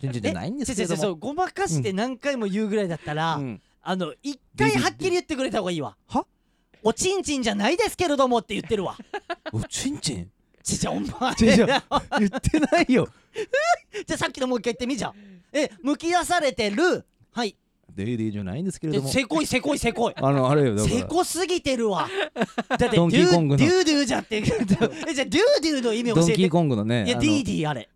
B: ちんちんじゃないんですけれど
A: えちょちょち
B: も
A: ょごまかして何回も言うぐらいだったら、
B: うん
A: あの一回はっきり言ってくれた方がいいわ
B: は
A: おちんちんじゃないですけれどもって言ってるわ
B: おちんちん
A: ちちゃお前
B: ちょ ちょ
A: じゃ
B: 言ってないよ
A: あさっきのもう一回言ってみじゃんえむき出されてるはい
B: デイデイじゃないんですけれ
A: で
B: ども
A: せこいせこいせこい
B: あのあれよだから
A: せこすぎてるわだってデ
B: ド
A: ュ
B: ン
A: ー
B: キーコングの
A: デューデューじゃってえじゃあデューデューの意味教
B: ドン
A: えて
B: キーコングのね
A: いや
B: あの
A: DD あれ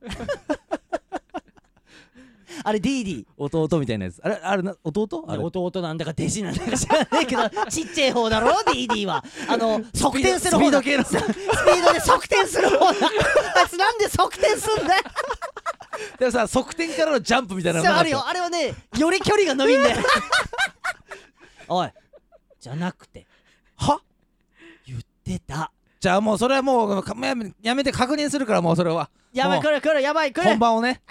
A: あれ DD
B: 弟みたいなやつあれあれな弟あれ
A: 弟なんだか弟子なんだか知らないけ どちっちゃい方だろ DD はあの測定する
B: スピ
A: 方
B: ー
A: だ
B: ド系の
A: スピードで測定する方だあいつなんで測定すんだよ
B: でもさ側転からのジャンプみたいなの
A: そう
B: なか
A: あ
B: った
A: るよあれはねより距離が伸び んだよおいじゃなくて
B: は
A: 言ってた
B: じゃあもうそれはもうかやめやめて確認するからもうそれは
A: やばい
B: もう
A: 来る来るやばい来
B: 本
A: る
B: 番をね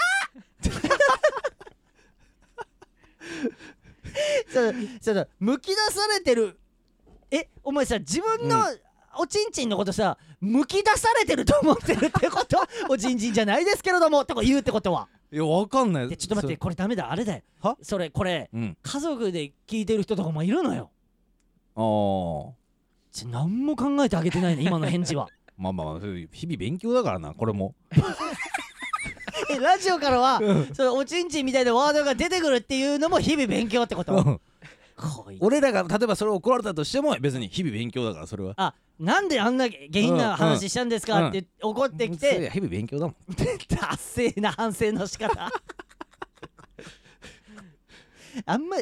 A: そうそうむき出されてるえお前さ自分の、
B: う
A: おちんちんのことさむき出されてると思ってるってこと おちんちんじゃないですけれどもとか言うってことはい
B: やわかんない
A: でちょっと待ってこれダメだあれだよ
B: は
A: それこれ
B: そうん
A: 家族で聞いてる人とかもいるのよ
B: ああ
A: ちょ何も考えてあげてないね今の返事は
B: まあまあまあ日々勉強だからなこれも
A: えラジオからはそれおちんちんみたいなワードが出てくるっていうのも日々勉強ってこと
B: うん
A: こいつ
B: 俺らが例えばそれを怒られたとしても別に日々勉強だからそれは
A: あなんであんな下品な話したんです
B: うん
A: か
B: うん
A: って怒ってき
B: そうい
A: て
B: や日々勉強だもん
A: 達成な反省の仕 方あんま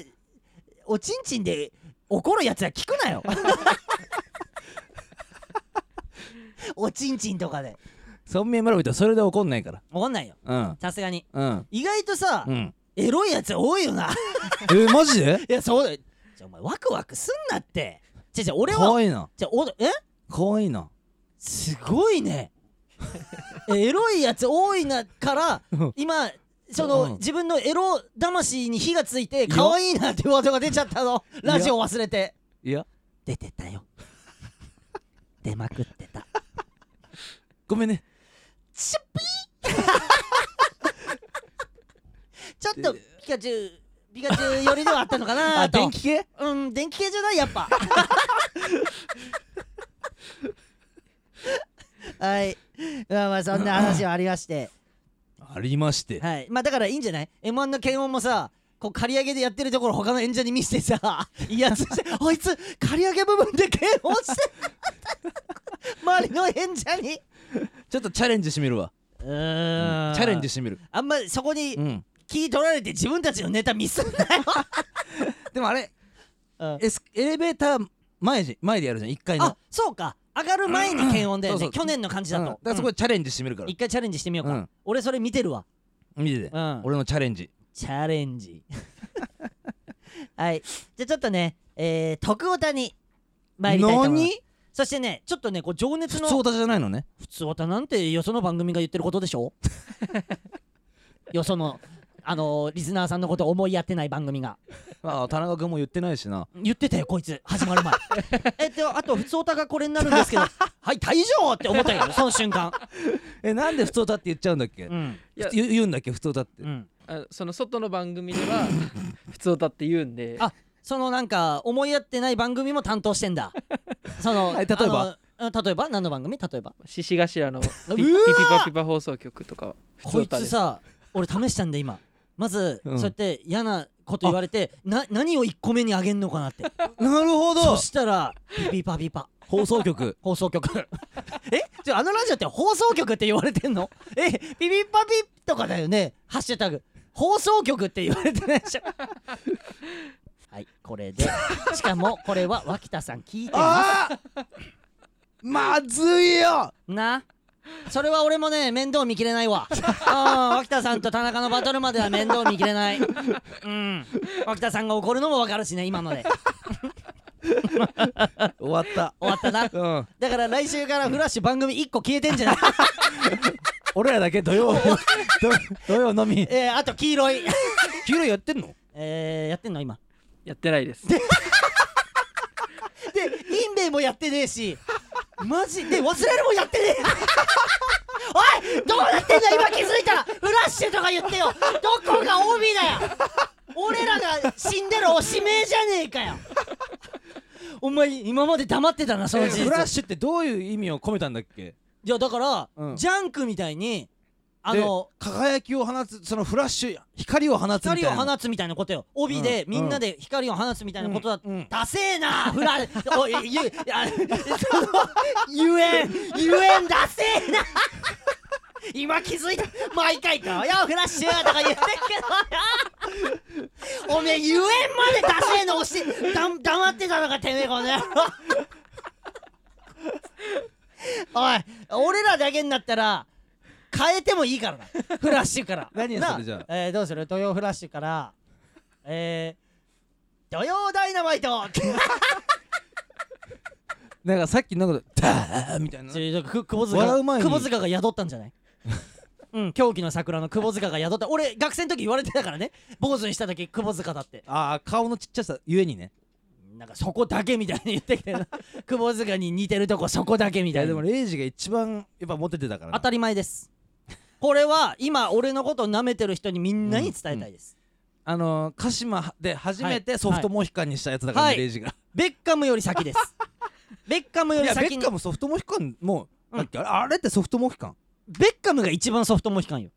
A: おちんちんで怒るやつは聞く なよおちんちんとかで
B: 村民村人はそれで怒んないから
A: 怒んないよ
B: うん
A: さすがに
B: うん
A: 意外とさ、
B: うん
A: エロいやつ多いよな
B: えーマジで
A: いやそうだよじゃあお前ワクワクすんなってじゃじゃ俺
B: 可
A: は
B: 愛いな
A: じゃあおえ
B: 可愛いな
A: すごいねえエロいやつ多いなから
B: うん
A: 今その、
B: うん
A: 自分のエロ魂に火がついて可愛いなってワードが出ちゃったの
B: や
A: ラジオ忘れて
B: いや
A: 出てたよ出まくってた
B: ごめんね
A: チュピーちょっとピカチュウピカチュウ寄りではあったのかな
B: あ
A: と
B: 電気系
A: うん電気系じゃないやっ ぱはいまあまあそんな話はありまして
B: ありまして
A: はい、まあだからいいんじゃない m 1の検温もさこう借り上げでやってるところ他の演者に見せて さ威圧して「あいつ借り上げ部分で検温 してなかった」周りの演者に
B: ちょっとチャレンジしてみるわ
A: チ
B: チャ
A: ャ
B: レンジしてみる
A: あんまりそこに
B: うん
A: 気取られて自分たちのネタミスんな
B: でもあれ
A: よ
B: エスエレベーター前じ前でやるじゃん1階の
A: あそうか上がる前に検温だよ
B: そ
A: ね
B: うそう
A: 去年の感じだ
B: うんだ
A: と、
B: からそこでチャレンジしてみるか
A: うん
B: ら
A: 一回チャレンジしてみようか、
B: うん
A: 俺それ見てるわ、
B: 見てて
A: うん、
B: 俺のチャレンジ
A: チャレンジ はいじゃあちょっとねえー、徳オタに参りたいと思います
B: 何
A: そしてねちょっとねこう情熱
B: 普
A: の
B: 通オタじゃないのね
A: 普通オタなんてよその番組が言ってることでしょ よそのあのー、リスナーさんのこと思いやってない番組が
B: ああ田中君も言ってないしな
A: 言ってたよこいつ始 まる前えっとあと普通オタがこれになるんですけどはい退場って思ったよその瞬間
B: えなんで普通オタって言っちゃうんだっけ
A: うん
C: いや
B: 言言うんだっけ普通オタって
A: うん
C: あその外の番組では普通歌って言うんで
A: あそのなんか思いやってない番組も担当してんだその
B: はい例えば
A: あのうん例えば何の番組例えば
C: 獅子頭のピ
A: うわ
C: ピピパピパ放送局とかは普通
A: こい
C: 歌
A: つ
C: です
A: さ俺試したんで今まず、
B: うん
A: そうやって嫌なこと言われてな何を1個目にあげんのかなって
B: なるほ
A: そ
B: ど
A: したらピピパピパ
B: 放送局
A: 放送局えじゃあのラジオって放送局って言われてんのえピピパピとかだよねハッシュタグ放送局って言われてないでしょはいこれでしかもこれは脇田さん聞いてます
B: ああまずいよ
A: なそれは俺もね面倒見きれないわああ脇田さんと田中のバトルまでは面倒見きれないうん脇田さんが怒るのも分かるしね今ので
B: 終わった
A: 終わったな
B: うん
A: だから来週からフラッシュ番組1個消えてんじゃない
B: 俺らだけ土曜土土曜のみ
A: えー、あと黄色い
B: 昼やってんの
A: えー、やってんの今
C: やってないです
A: でインベイもやってねえしマジで忘れるもやってねえ おいどうなってんだ今気づいたらフラッシュとか言ってよどこが OB だよ俺らが死んでるおしめえじゃねえかよお前今まで黙ってたなその事実
B: フラッシュってどういう意味を込めたんだっけ
A: いやだから、
B: うん
A: ジャンクみたいにあ
B: で
A: の
B: 輝きを放つそのフラッシュ光を放つみたいな
A: 光を放つみたいなことよ帯で、
B: うん
A: みんなで光を放つみたいなことだ、
B: うんうん
A: ダセえなフラおいゆい やそのゆえんゆえんダセえな 今気づいた毎回「どうよフラッシュ」とか言ってっけどおめえゆえんまでダセえの押してだん黙ってたのかてめえこの野郎おい俺らだけになったら変えてもいいからなフラッシュから
B: 何
A: な
B: それじゃあ
A: えーどうする土曜フラッシュからえー、土曜ダイナマイ ト
B: なんかさっきなんかダーみたいな
A: ちょく窪
B: 笑う前
A: 塚
B: に
A: 窪塚が宿ったんじゃないうん狂気の桜の窪塚が宿った俺学生の時言われてたからね坊主にした時窪塚だって
B: ああ顔のちっちゃさゆえにね
A: なんかそこだけみたいに言ってきて る窪塚に似てるとこそこだけみ
B: い
A: た
B: や
A: い
B: で
A: な
B: もレイジが一番やっぱモテてたから
A: 当
B: な
A: たり前ですこれは今俺のこと舐めてる人にみんなに伝えたいです、
B: あのー鹿島で初めてソフトモヒカンにしたやつだから
A: は
B: ね
A: い
B: レイジが
A: ベッカムより先です ベッカムよ
B: い
A: り
B: やベ
A: 先
B: ッ
A: に
B: カムソフトモヒカンもうだっけあれあれってソフトモヒカン
A: ベッカムが一番ソフトモヒカンよ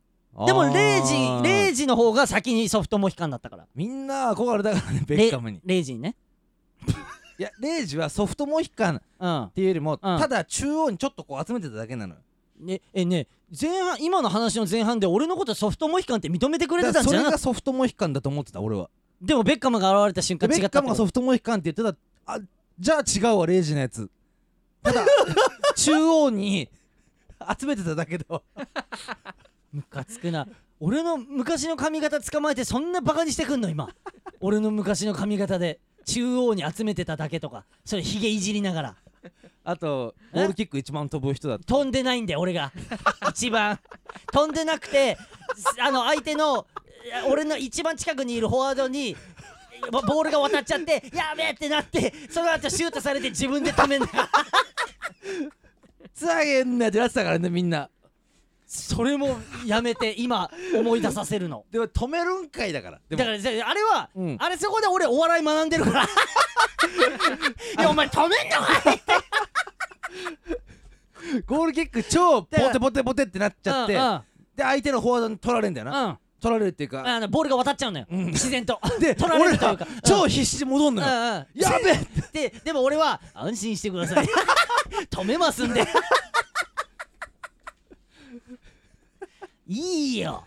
A: でもレイジレイ
B: ジ
A: ジの方が先にソフトモヒカンだったから
B: みんな憧れたからねベッカムに
A: レレイジにね
B: いやレイジはソフトモヒカンっ
A: うん
B: ていうよりも、ただ中央にちょっとこう集めてただけなのよ
A: ねえね前半今の話の前半で俺のことソフトモヒカンって認めてくれて
B: だ
A: た
B: か
A: ん
B: ら
A: じ
B: そ
A: ゃ
B: れ
A: なかっ
B: が
A: た
B: ソフトモヒカンだと思ってた俺は
A: でもベッカムが現れた瞬
B: で
A: 間
B: ベ
A: 違
B: ッ
A: った
B: カ
A: って
B: ム
A: こ
B: が
A: と
B: ソフトモヒカンって言ってたあじゃあ違うわレイジのやつただ中央に集めてただけだわ
A: ムカつくな俺の昔の髪型捕まえてそんなバカにしてくんの今俺の昔の髪型で中央に集めてただけとかそれヒゲいじりながら
B: あとボールキック一番飛 ぶ人だって
A: 飛んでないんだよ俺が一番飛んでなくてすあの相手のいや俺の一番近くにいるフォワードにぼボールが渡っちゃってやべえってなってその後シュートされて自分で止めんだ
B: つあげんなってなってたからねみんな
A: それもやめて今思い出させるの
B: でも止めるんかいだからでも
A: だからじゃああれは、
B: うん
A: あれそこで俺お笑い学んでるから いやお前止めんのかい
B: ゴールキック超ボテボテボテってなっちゃって
A: うんうん
B: で相手のフォワードに取られるんだよな
A: うん
B: 取られるっていうか
A: あのボールが渡っちゃうのよ、自然と
B: で
A: 取られ
B: 俺
A: るという
B: ら
A: かうん
B: 超必死で戻んのよ
A: うんうん
B: やべえ
A: ででも俺は安心してくだ さい止めますんでいいよ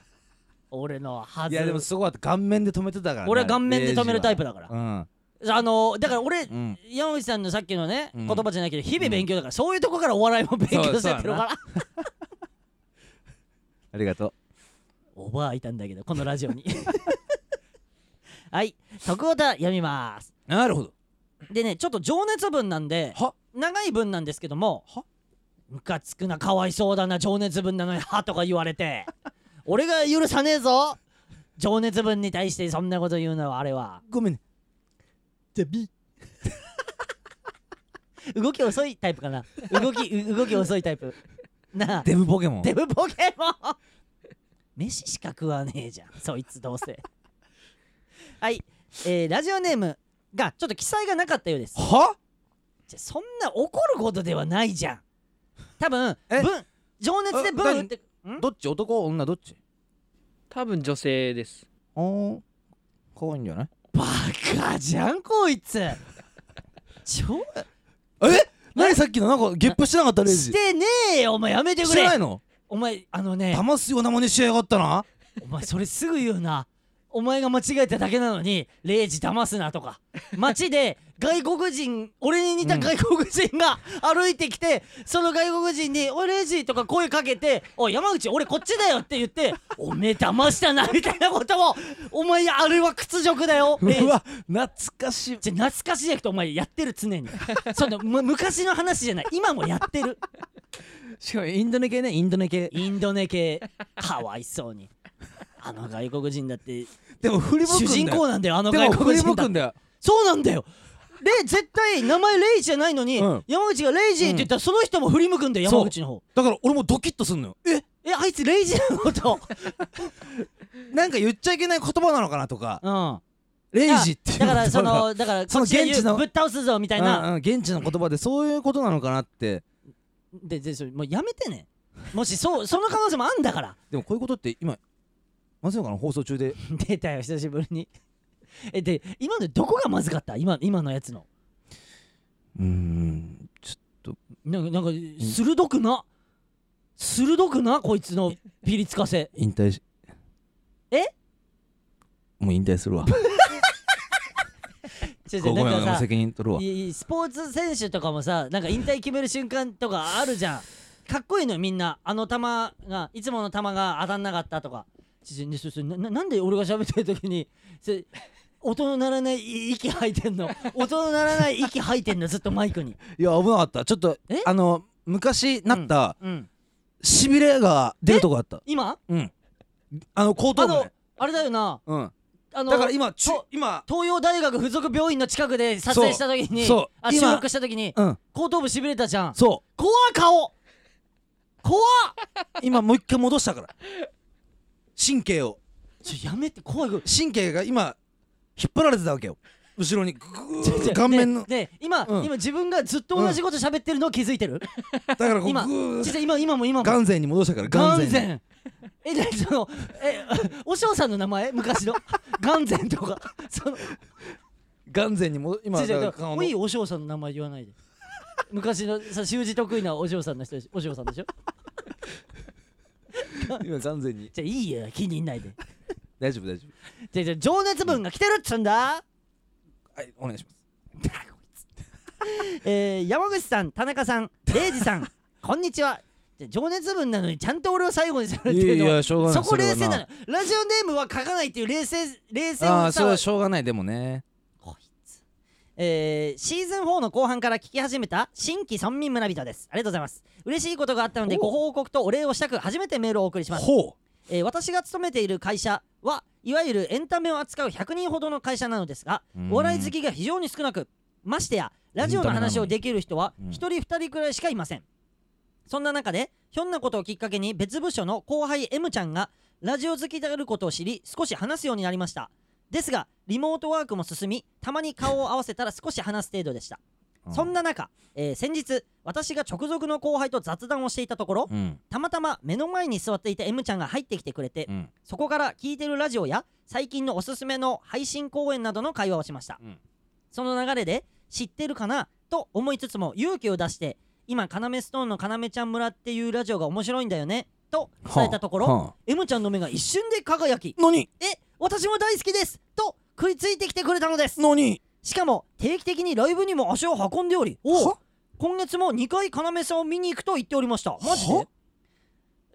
A: 俺のはず
B: いやでもすごかった顔面で止めてたからね
A: 俺は顔面で止めるタイプだから
B: うん
A: あのだから俺、
B: ん
A: 山口さんのさっきのね、
B: うん
A: 言葉じゃないけど日々勉強だから、そういうとこからお笑いも勉強されてるから
B: ありがとう
A: おばあいたんだけどこのラジオに はい徳太読みます
B: なるほど
A: でねちょっと情熱文なんで
B: は
A: 長い文なんですけども
B: は
A: ムカつくなかわいそうだな情熱文なのにはとか言われて俺が許さねえぞ情熱文に対してそんなこと言うのはあれは
B: ごめんねじゃあ B
A: 動き遅いタイプかな動きう動き遅いタイプなあ
B: デブポケモン
A: デブポケモン飯しか食わねえじゃんそいつどうせ はい、えーラジオネームがちょっと記載がなかったようです
B: は
A: じゃそんな怒ることではないじゃん多分
B: え
A: 文情熱で
B: え
A: 文って
B: どっち男女どっち
C: 多分女性です
B: あー可愛いんじゃない
A: バカじゃんこい つ超
B: え何さっきのなんかゲップしてなかったレイ
A: し
B: ジ
A: てねえよお前やめて
B: し
A: く
B: て
A: れ
B: ないの
A: お前あのね
B: 騙すような真似しやがったな
A: お前それすぐ言うなお前が間違えただけなのに「レイジ騙すな」とか街で外国人俺に似た外国人が歩いてきて、その外国人に「おいレイジ」とか声かけて「おい山口俺こっちだよ」って言って「おめえ騙したな」みたいなことをお前あれは屈辱だよレイジ
B: うわ懐かしい
A: じゃ懐かしい役とお前やってる常にそのむ昔の話じゃない今もやってる
B: しかもインドネ系ねインドネ系
A: インドネ系かわいそうにあの外国人だって
B: でも振り向くんだ
A: 主
B: よ
A: 人公なんだよあの
B: で
A: 外
B: も振
A: 国
B: り
A: 人
B: 向
A: だ
B: くんだよ
A: そうなんだよ で絶対名前レイジじゃないのに、
B: うん
A: 山口がレイジって言ったらその人も振り向くんだよ
B: そう
A: 山口の方
B: だから俺もドキッとすんのよえ
A: えあいつレイジなのと
B: なんか言っちゃいけない言葉なのかなとか
A: うん
B: レイジっていう
A: だから
B: 言葉
A: そのだから
B: その
A: こっちが言う
B: 現地の
A: ぶっ倒すぞみたい
B: うん
A: な、
B: うん現地の言葉でそういうことなのかなって
A: ででそれもうやめてねもし そうその可能性もあんだから
B: でもこういうことって今松岡の放送中で
A: 出たよ久しぶり にえで今のどこがまずかった今今のやつの
B: うーんちょっと
A: なんかなんか鋭くな鋭くなこいつのピリつかせ
B: 引退し
A: え
B: もう引退 するわ
A: 違う違
B: ご
A: う
B: めん
A: な
B: 俺
A: ん
B: も
A: か
B: う
A: さ
B: 責任取るわ
A: いいいいスポーツ選手とかもさなんか引退決める瞬間とかあるじゃんかっこいいのよみんなあの球がいつもの球が当たんなかったとかちょちょそそなななんで俺が喋ってる時にそれ音の鳴らないい息吐いてんの音の鳴らない息吐いてんのずっとマイクに
B: いや危なかったちょっと
A: え
B: あの昔なった
A: うん
B: しびれが出るとこあった
A: 今
B: うんあの後頭
A: あ
B: 部
A: の
B: ね
A: あれだよな
B: うん
A: あの
B: だから今ちゅ
A: と
B: 今
A: 東洋大学附属病院の近くで撮影した時に
B: そうそう
A: あ収
B: 今
A: 録した時に
B: うん
A: 後頭部しびれたじゃん
B: そう
A: 怖っ顔怖っ
B: 今もう一回戻したから神経を
A: ちょやめて怖い怖い
B: 神経が今引っ張られてたわけよ後ろにグ
A: 違う
B: ー
A: 違
B: ッ
A: う
B: 顔面の
A: ねね今、
B: うん
A: 今自分がずっと同じこと喋ってるのを気づいてる、
B: だからこうグ
A: 今
B: ーッ
A: 実は今今も今も
B: 眼前に戻したから眼前
A: 眼
B: に
A: 前えなにそのえおしょうさんの名前昔の眼前とか その
B: 眼前に戻今
A: 違う違う
B: だか
A: だ
B: ら
A: か
B: 顔
A: ら
B: の
A: おいおしょうさんの名前言わないで昔のさ習字得意なおしょうさんの人でしおしょうさんでしょ
B: 今眼前に
A: じゃあいいよ気に入んないで
B: 大丈夫大丈
A: じゃあじゃあ情熱文が来てるっつうんだ、
B: 夫はいお願いします
A: えー山口さん田中さん礼二 さんこんにちはじゃあ情熱文なのにちゃんと俺を最後にするっていうのはい
B: やいやしょうがない
A: そこ冷静な
B: それ
A: の
B: はな
A: ラジオネームは書かないっていう冷静冷静
B: あ
A: さ
B: あーそれ
A: は
B: はしょうがないでもね
A: こいつえーシーズン4の後半から聞き始めた新規村民村人ですありがとうございます嬉しいことがあったので
B: お
A: ご報告とお礼をしたく初めてメールをお送りします、
B: ほ
A: えー私が勤めている会社はいわゆるエンタメを扱う100人ほどの会社なのですが
B: うん
A: お笑い好きが非常に少なくましてやラジオの話をできる人は
B: うん
A: 1人2人くらいしかいませんそんな中でひょんなことをきっかけに別部署の後輩 M ちゃんがラジオ好きであることを知り少し話すようになりましたですがリモートワークも進みたまに顔を合わせたら少し話す程度でした
B: う
A: そんな中、えー先日私が直属の後輩と雑談をしていたところ
B: うん
A: たまたま目の前に座っていた M ちゃんが入ってきてくれて
B: うん
A: そこから聞いてるラジオや最近のおすすめの配信公演などの会話をしました、
B: うん
A: その流れで知ってるかなと思いつつも勇気を出して今要ストーンの要ちゃん村っていうラジオが面白いんだよねと伝えたところ、
B: は
A: M ちゃんの目が一瞬で輝き
B: あ何
A: え私も大好きですと食いついてきてくれたのです
B: 何
A: しかも定期的にライブにも足を運んでおりおう
B: は
A: 今月も2回要さんを見に行くと言っておりましたマジで
B: は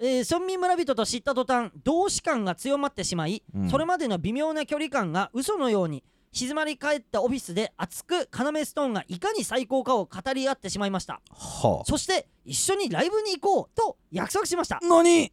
A: えー村民村人と知った途端同志感が強まってしまい、
B: うん
A: それまでの微妙な距離感が嘘のように静まり返ったオフィスで熱く要ストーンがいかに最高かを語り合ってしまいました
B: は
A: そして一緒にライブに行こうと約束しました
B: あ何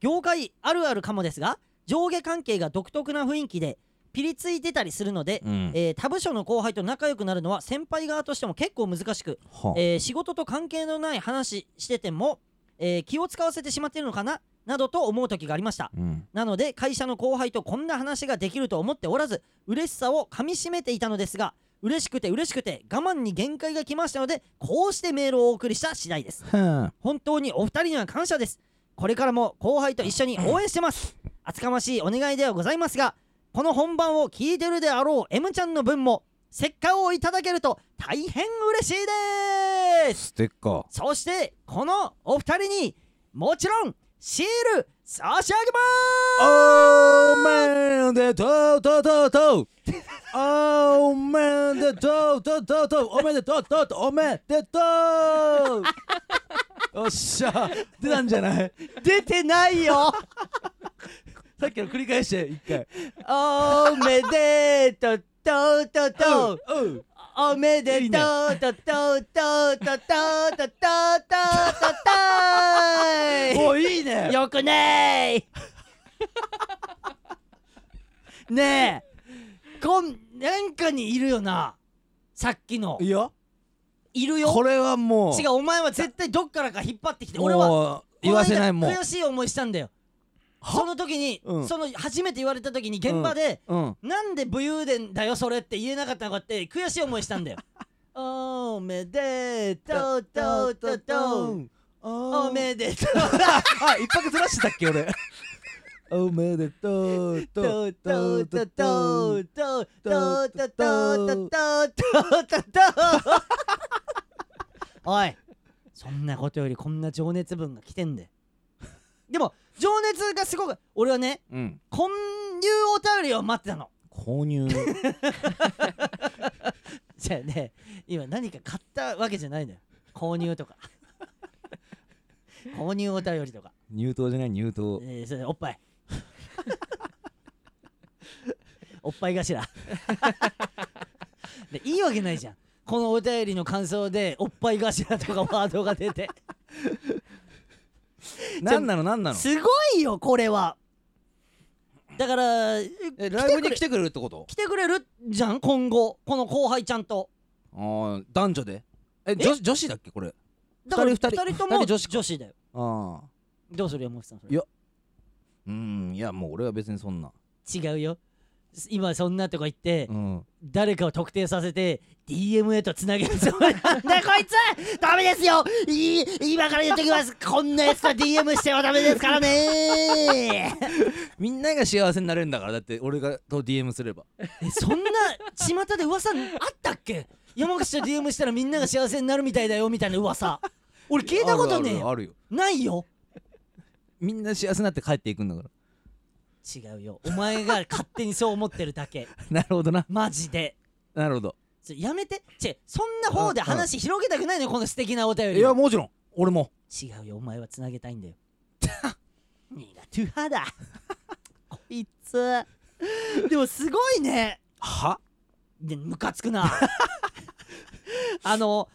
A: 業界あるあるかもですが上下関係が独特な雰囲気でピリついてたりするので、
B: うん
A: えー他部署の後輩と仲良くなるのは先輩側としても結構難しく、
B: はあ
A: えー仕事と関係のない話してても、えー気を使わせてしまっているのかななどと思う時がありました
B: うん
A: なので会社の後輩とこんな話ができると思っておらず嬉しさをかみしめていたのですが嬉しくて嬉しくて我慢に限界が来ましたのでこうしてメールをお送りした次第です
B: は
A: 本当にお二人には感謝ですこれからも後輩と一緒に応援してます厚かましいお願いではございますがこの本番を聞いてるであろう M ちゃんの分も石棺をいただけると大変嬉しいで
B: あ
A: す
B: ステッカー
A: そしてこのお二人にもちろんシール差し上げま
B: おめでとうとうとうとうおめでとうとうとうとうおめでとうとうとうおめでとうよっしゃ出たんじゃない
A: す出てないよ
B: さっきの繰り返して一回
A: おめでとうとうとうとう
B: おう
A: おめでとうとうとうとうとうとうとうとうとうと
B: おういいね
A: うよくないねえこんなんかにいるよなさっきの
B: いや
A: いるよ
B: これはもう
A: 違うお前は絶対どっからか引っ張ってきて
B: もう
A: 俺は
B: 言わせない
A: この
B: もう
A: 間悔しい思いしたんだよその時に、
B: うん
A: その初めて言われた時に現場で、
B: うん
A: なんで武勇伝だよそれって言えなかったのかって悔しい思いしたんだよおめでとうとうとうとうお
B: お
A: めでと
B: あ一泊ずらしてたっけ俺おめでとう
A: うと
B: と
A: う
B: う
A: と
B: と
A: う
B: う
A: と
B: と
A: う
B: う
A: と
B: と
A: う
B: う
A: とうとうとうとうとうとうとうとうおいそんなことよりこんな情熱分が来てんででも情熱がすごく俺はね
B: うん
A: こういうお便りを待ってたの
B: 購入
A: じゃあね今何か買ったわけじゃないのよ購入とか購入お便りとか、
B: 入党じゃない入党
A: えーそれおっぱい おっぱい頭でいいわけないじゃんこのお便りの感想でおっぱい頭とかワードが出て
B: なんなのなんなの
A: すごいよこれはだからえ
B: えライブに来
A: 来てくれ
B: てくれるってこと
A: 来てくれるじゃん今後この後輩ちゃんと
B: あー男女でえ女女子だっけこれ
A: だから
B: 二人
A: 2
B: 二人
A: 人とも
B: 二人
A: 女
B: 女
A: 子
B: 子
A: だよ
B: ああ
A: どうする山口さんそれ
B: いやうんいやもう俺は別にそんな
A: 違うよ今そんなとか言って、
B: うん
A: 誰かを特定させて DM へとつなげるつもりなんだこいつダメですよい今から言っときますこんなやつと DM してはダメですからね
B: みんなが幸せになれるんだからだって俺がと DM すれば
A: えそんな巷で噂あったっけ山口と DM したらみんなが幸せになるみたいだよみたいな噂俺聞いたことねえ
B: あるある
A: よ
B: あるよ
A: ないよ
B: みんな幸せになって帰っていくんだから
A: 違うよお前が勝手にそう思ってるだけ
B: なるほどな
A: マジで
B: なるほど
A: ちょやめてちぇそんな方で話広げたくないのよこの素敵なお便
B: い
A: り
B: や
A: を
B: もちろん俺も
A: 違うよお前はつなげたいんだよ 苦手派 だこいつでもすごいね
B: は
A: でムカつくな あの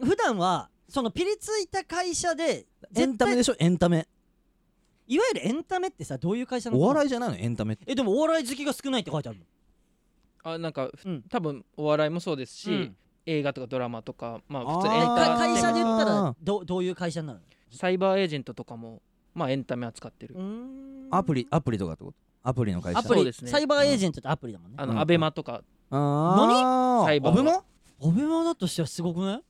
A: 普段はそのピリついた会社で
B: エンタメ
A: 絶
B: でしょエンタメ
A: 対いわゆるエンタメってさどういう会社なの
B: お笑いじゃないのエンタメって
A: えでもお笑い好きが少ないって書いてある
C: あなんかふ
A: うん
C: 多分お笑いもそうですし、
A: うん
C: 映画とかドラマとかまあ
B: あ
C: 普通
B: ー
C: エン
A: の
C: タ
A: 会社で言った
B: あー
A: らどどういう会社なの
C: サイバーエージェントとかもまあエンタメ扱ってる、
A: うーん
B: アプリアプリとかってことアプリの会社
A: アプリ、
C: そうですね
A: サイバーエージェントってアプリだもんね
C: あ
B: うん
C: のアベマとか
B: あー
C: サイバー
B: アベマ
A: アベマだとしてはすごくない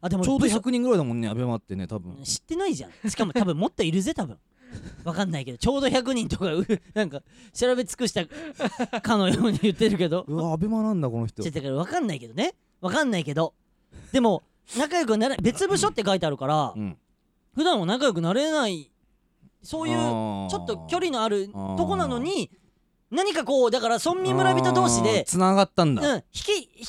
A: あでも
B: ちょうど
A: 部署
B: 100人ぐらいだもんねアベマってね多分
A: 知ってないじゃんしかも多分もっといるぜ多 分わかんないけどちょうど100人とかう なんか調べ尽くしたかのように言ってるけど
B: うわアベマなんだこの人
A: ちょだからわかんないけどねわかんないけどでも仲良くなれ別部署って書いてあるから、
B: うん
A: 普段は仲良くなれないそういうちょっと距離
B: の
A: のあるとこなのに何かこうだから村民村人同士で、
B: つながったん
A: う
B: だ
A: ん、引き引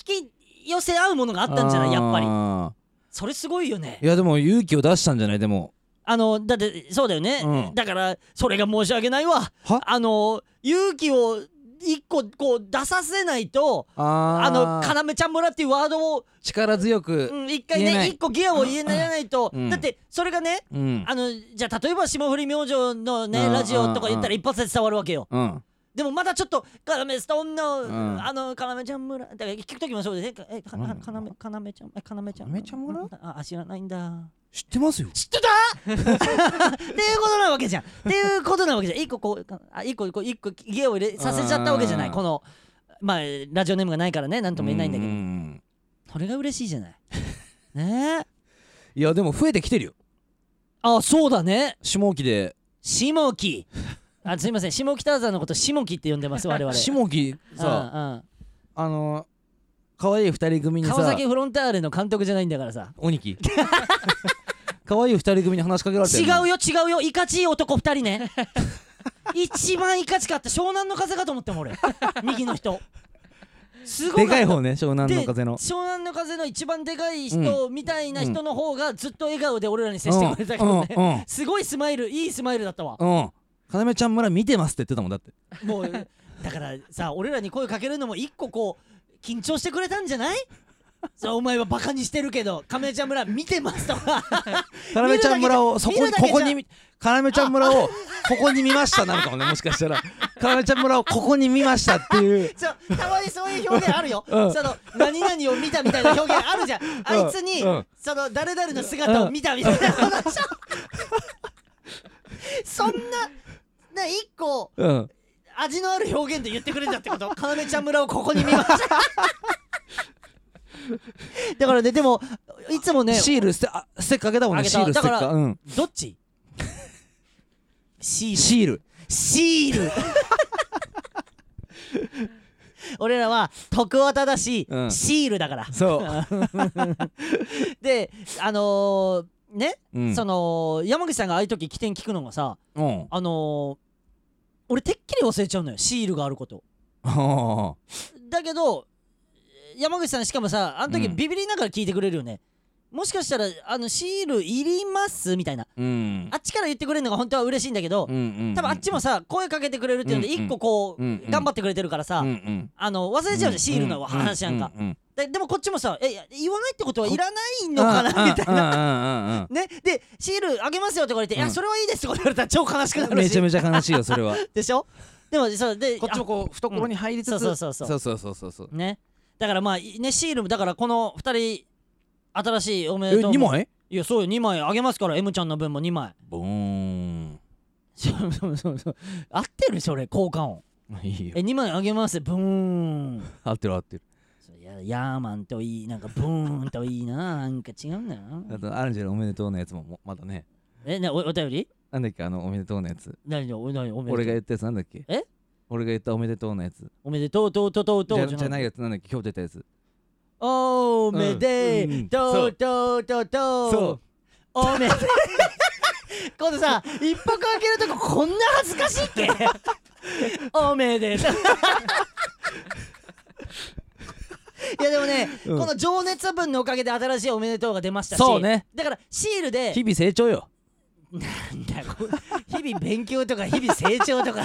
A: き寄せ合うものがあったんじゃないやっぱり
B: ぱ
A: それすごいよね
B: いやでも勇気を出したんじゃないでも
A: あのだってそうだよね、
B: うん
A: だからそれが申し訳ないわ
B: は
A: あの勇気を一個こう出させないと
B: あ
A: あの「
B: ー
A: かなめちゃん村」っていうワードを、
B: 力強く
A: うん、一回
B: 言えな
A: ね
B: い
A: 一個ギアを入れないと、
B: うん
A: だってそれがね
B: うん
A: あのじゃあ例えば霜降り明星のね
B: うん
A: ラジオとか言ったら一発で伝わるわけよ
B: うん
A: でもまだちょっと「かなめストーンの」
B: ん
A: あの「かなめちゃん村」だから聞く時もそうですね「えか
B: う
A: なんかなめかなめちゃんえかなめちゃん
B: かなめちゃん村
A: ああ知らないんだ」
B: 知ってますよ
A: 知ってたっていうことなわ けじゃんっていうことなわけじゃん一個こうあ一個こう一個家を入れさせちゃったわけじゃな
B: う
A: い
B: ん
A: このまあラジオネームがないからね何とも言えないんだけ
B: う
A: ど
B: ん
A: それが嬉しいじゃないねえ
B: いやでも増えてきてるよ
A: あそうだね
B: 下期で
A: 下木あすいません下北沢のこと下木って呼んでます我々
B: 下期さ
A: さ
B: あの可愛い二人組に
A: 川
B: さ
A: 崎フロンターレの監督じゃないんだからさ
B: 鬼木 可愛い二人組に話しかけられて
A: 違
B: んの
A: うよ違うよいかちい男2人ね 一番いかちかった湘南の風かと思っても俺右の 人すご
B: で
A: か
B: か
A: っ
B: い
A: た
B: 方ね湘南の風の
A: で湘南の風の一番でかい人みたいな人の方がずっと笑顔で俺らに接してくれたからね、
B: うんうんうん
A: すごいスマイルいいスマイルだったわ、
B: うんかなめちゃん村見てますって言ってたもんだって
A: もうだからさ俺らに声かけるのも一個こう緊張してくれたんじゃないそうお前はバカにしてるけど亀ちゃん村見てますと か
B: かなめちゃん村を
A: 見るだけ見るだけ
B: そこにこ
A: じゃ
B: こにかなめちゃん村をここに見ましたなのかもねもしかしたらかなめちゃん村をここに見ましたっていう
A: そうたまにそういう表現あるよ、
B: うん
A: その何々を見たみたいな表現あるじゃん、あいつに、
B: うん
A: その誰々の姿を見たみたいな 話をそんなな一個
B: うん
A: 味のある表現で言ってくれたってこと 要ちゃん村をここに見ました だからねでもいつもね
B: シールステあステッカーあげたも
A: あ
B: んね
A: げ
B: シ
A: た
B: ールステ
A: だ
B: ッ
A: か
B: カ
A: ら
B: ーうん
A: どっちシール
B: シ
A: シ
B: ール
A: ール俺らは徳を正しい、
B: うん
A: シールだから
B: そう
A: であのーね、
B: うん
A: その山口さんがああいう時起点聞くのがさ
B: うん
A: あのー俺てっきり忘れちゃうのよシールがあること
B: あ
A: だけど山口さんしかもさあの時
B: うん
A: ビビりながら聞いてくれるよね、もしかしたらあのシールいりますみたいな
B: ーうん
A: あっちから言ってくれるのが本当は嬉しいんだけど、
B: うんうん
A: 多分あっちもさ声かけてくれるっていうので
B: うん
A: 一個こう、
B: うん
A: 頑張ってくれてるからさ、
B: うんうん
A: あの忘れちゃうじゃん、シールの話なんか、
B: ううん
A: ででもこっちもさえいや言わないってことはいらないのかなみたいな
B: な
A: ねでシールあげますよって言われて、いうや
B: ん
A: それはいいですとか言われたら超悲しくなる
B: めちゃ
A: し
B: めちゃ悲しいよそれは
A: でしょでもそうで
B: こっちもこう懐に入りつ
A: そう
B: つ
A: そうそうそう
B: そうそうそうそうそう
A: ねだからまあいねシールもだからこの2人新しいおめ
B: え
A: でとう
B: 2
A: も
B: 枚
A: いやそうよ2枚あげますから M ちゃんの分も2枚
B: ボーン
A: そうそうそうそう合ってるそれ交換音
B: いいよ
A: え2枚あげますブーン
B: 合ってる合ってる
A: そういやヤーマンといいなんかブーンといいななんか違うんだよ
B: あ
A: な
B: とアンジェルおめでとうのやつももまだね
A: えねおお便り
B: なんだっけあのおめでとうのやつ
A: 何お何おめ
B: 俺が
A: でとう
B: 言ったやつなんだっけ
A: え
B: 俺が言ったおめでとうのやつ
A: おめでとうとうとうとうと
B: じ
A: う
B: ゃじゃない
A: い
B: やつなんだっけ今日出たやつ
A: おめでとうとうとうとう
B: そう
A: おめで今度さ一泊開けるとここんな恥ずかしいっけおめでとういやでもね、
B: うん
A: この情熱分のおかげで新しいおめでとうが出ましたし
B: そうね
A: だからシールで
B: 日々成長よ
A: なんだこう日々勉強とか日々成長とか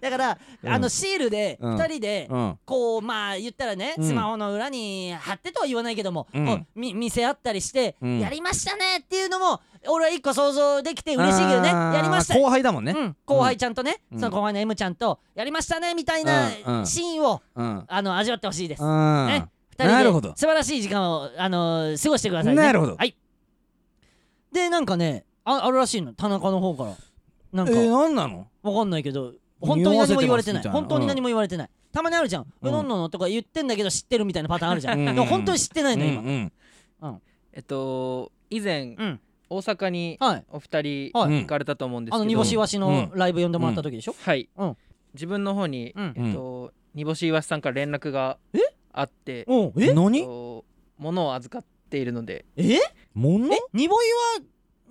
A: だから、
B: うん
A: あのシールで
B: うん
A: 2人で、
B: うん
A: こうまあ言ったらね、
B: うん
A: スマホの裏に貼ってとは言わないけども、
B: うん
A: こうみ見せ合ったりして、
B: うん
A: やりましたねっていうのも俺は一個想像でき て嬉しいけどね
B: あー
A: やりましたよ
B: 後輩だもんね
A: うん、後輩ちゃんとね、
B: うん
A: その後輩の M ちゃんとやりましたねみたいな
B: うんうん
A: シーンを、
B: うん
A: あの味わってほしいです、
B: うん
A: ね二
B: なる
A: 人
B: ほ
A: で
B: ど
A: 素晴らしい時間を、あのー過ごしてくださいね
B: なるほど
A: はいでなんかねああるらしいの田中の方からなん
B: え
A: か、
B: ーなんなの
A: わかんないけど本当に何も言われてない
B: 匂わせてますみたいな
A: 本当に何も言われてない、たまにあるじゃん「うん、のんの」とか言ってんだけど知ってるみたいなパターンあるじゃん
B: うん
A: でも本当に知ってないの今、
B: うんうん
C: えっと以前
A: うん
C: 大阪に
A: はい
C: お二人
A: はい
C: 行かれたと思うんです
A: あの
C: け
A: 煮
C: ど
A: 干しわしのライブ呼んでもらった時でしょ、
C: はい
A: うん
C: 自分の方に
A: うん
C: えっと煮干しいわしさんから連絡があって
A: おうえ
C: えっ
B: 何
C: と物を預かっているので
A: え
B: もの
A: え煮ぼい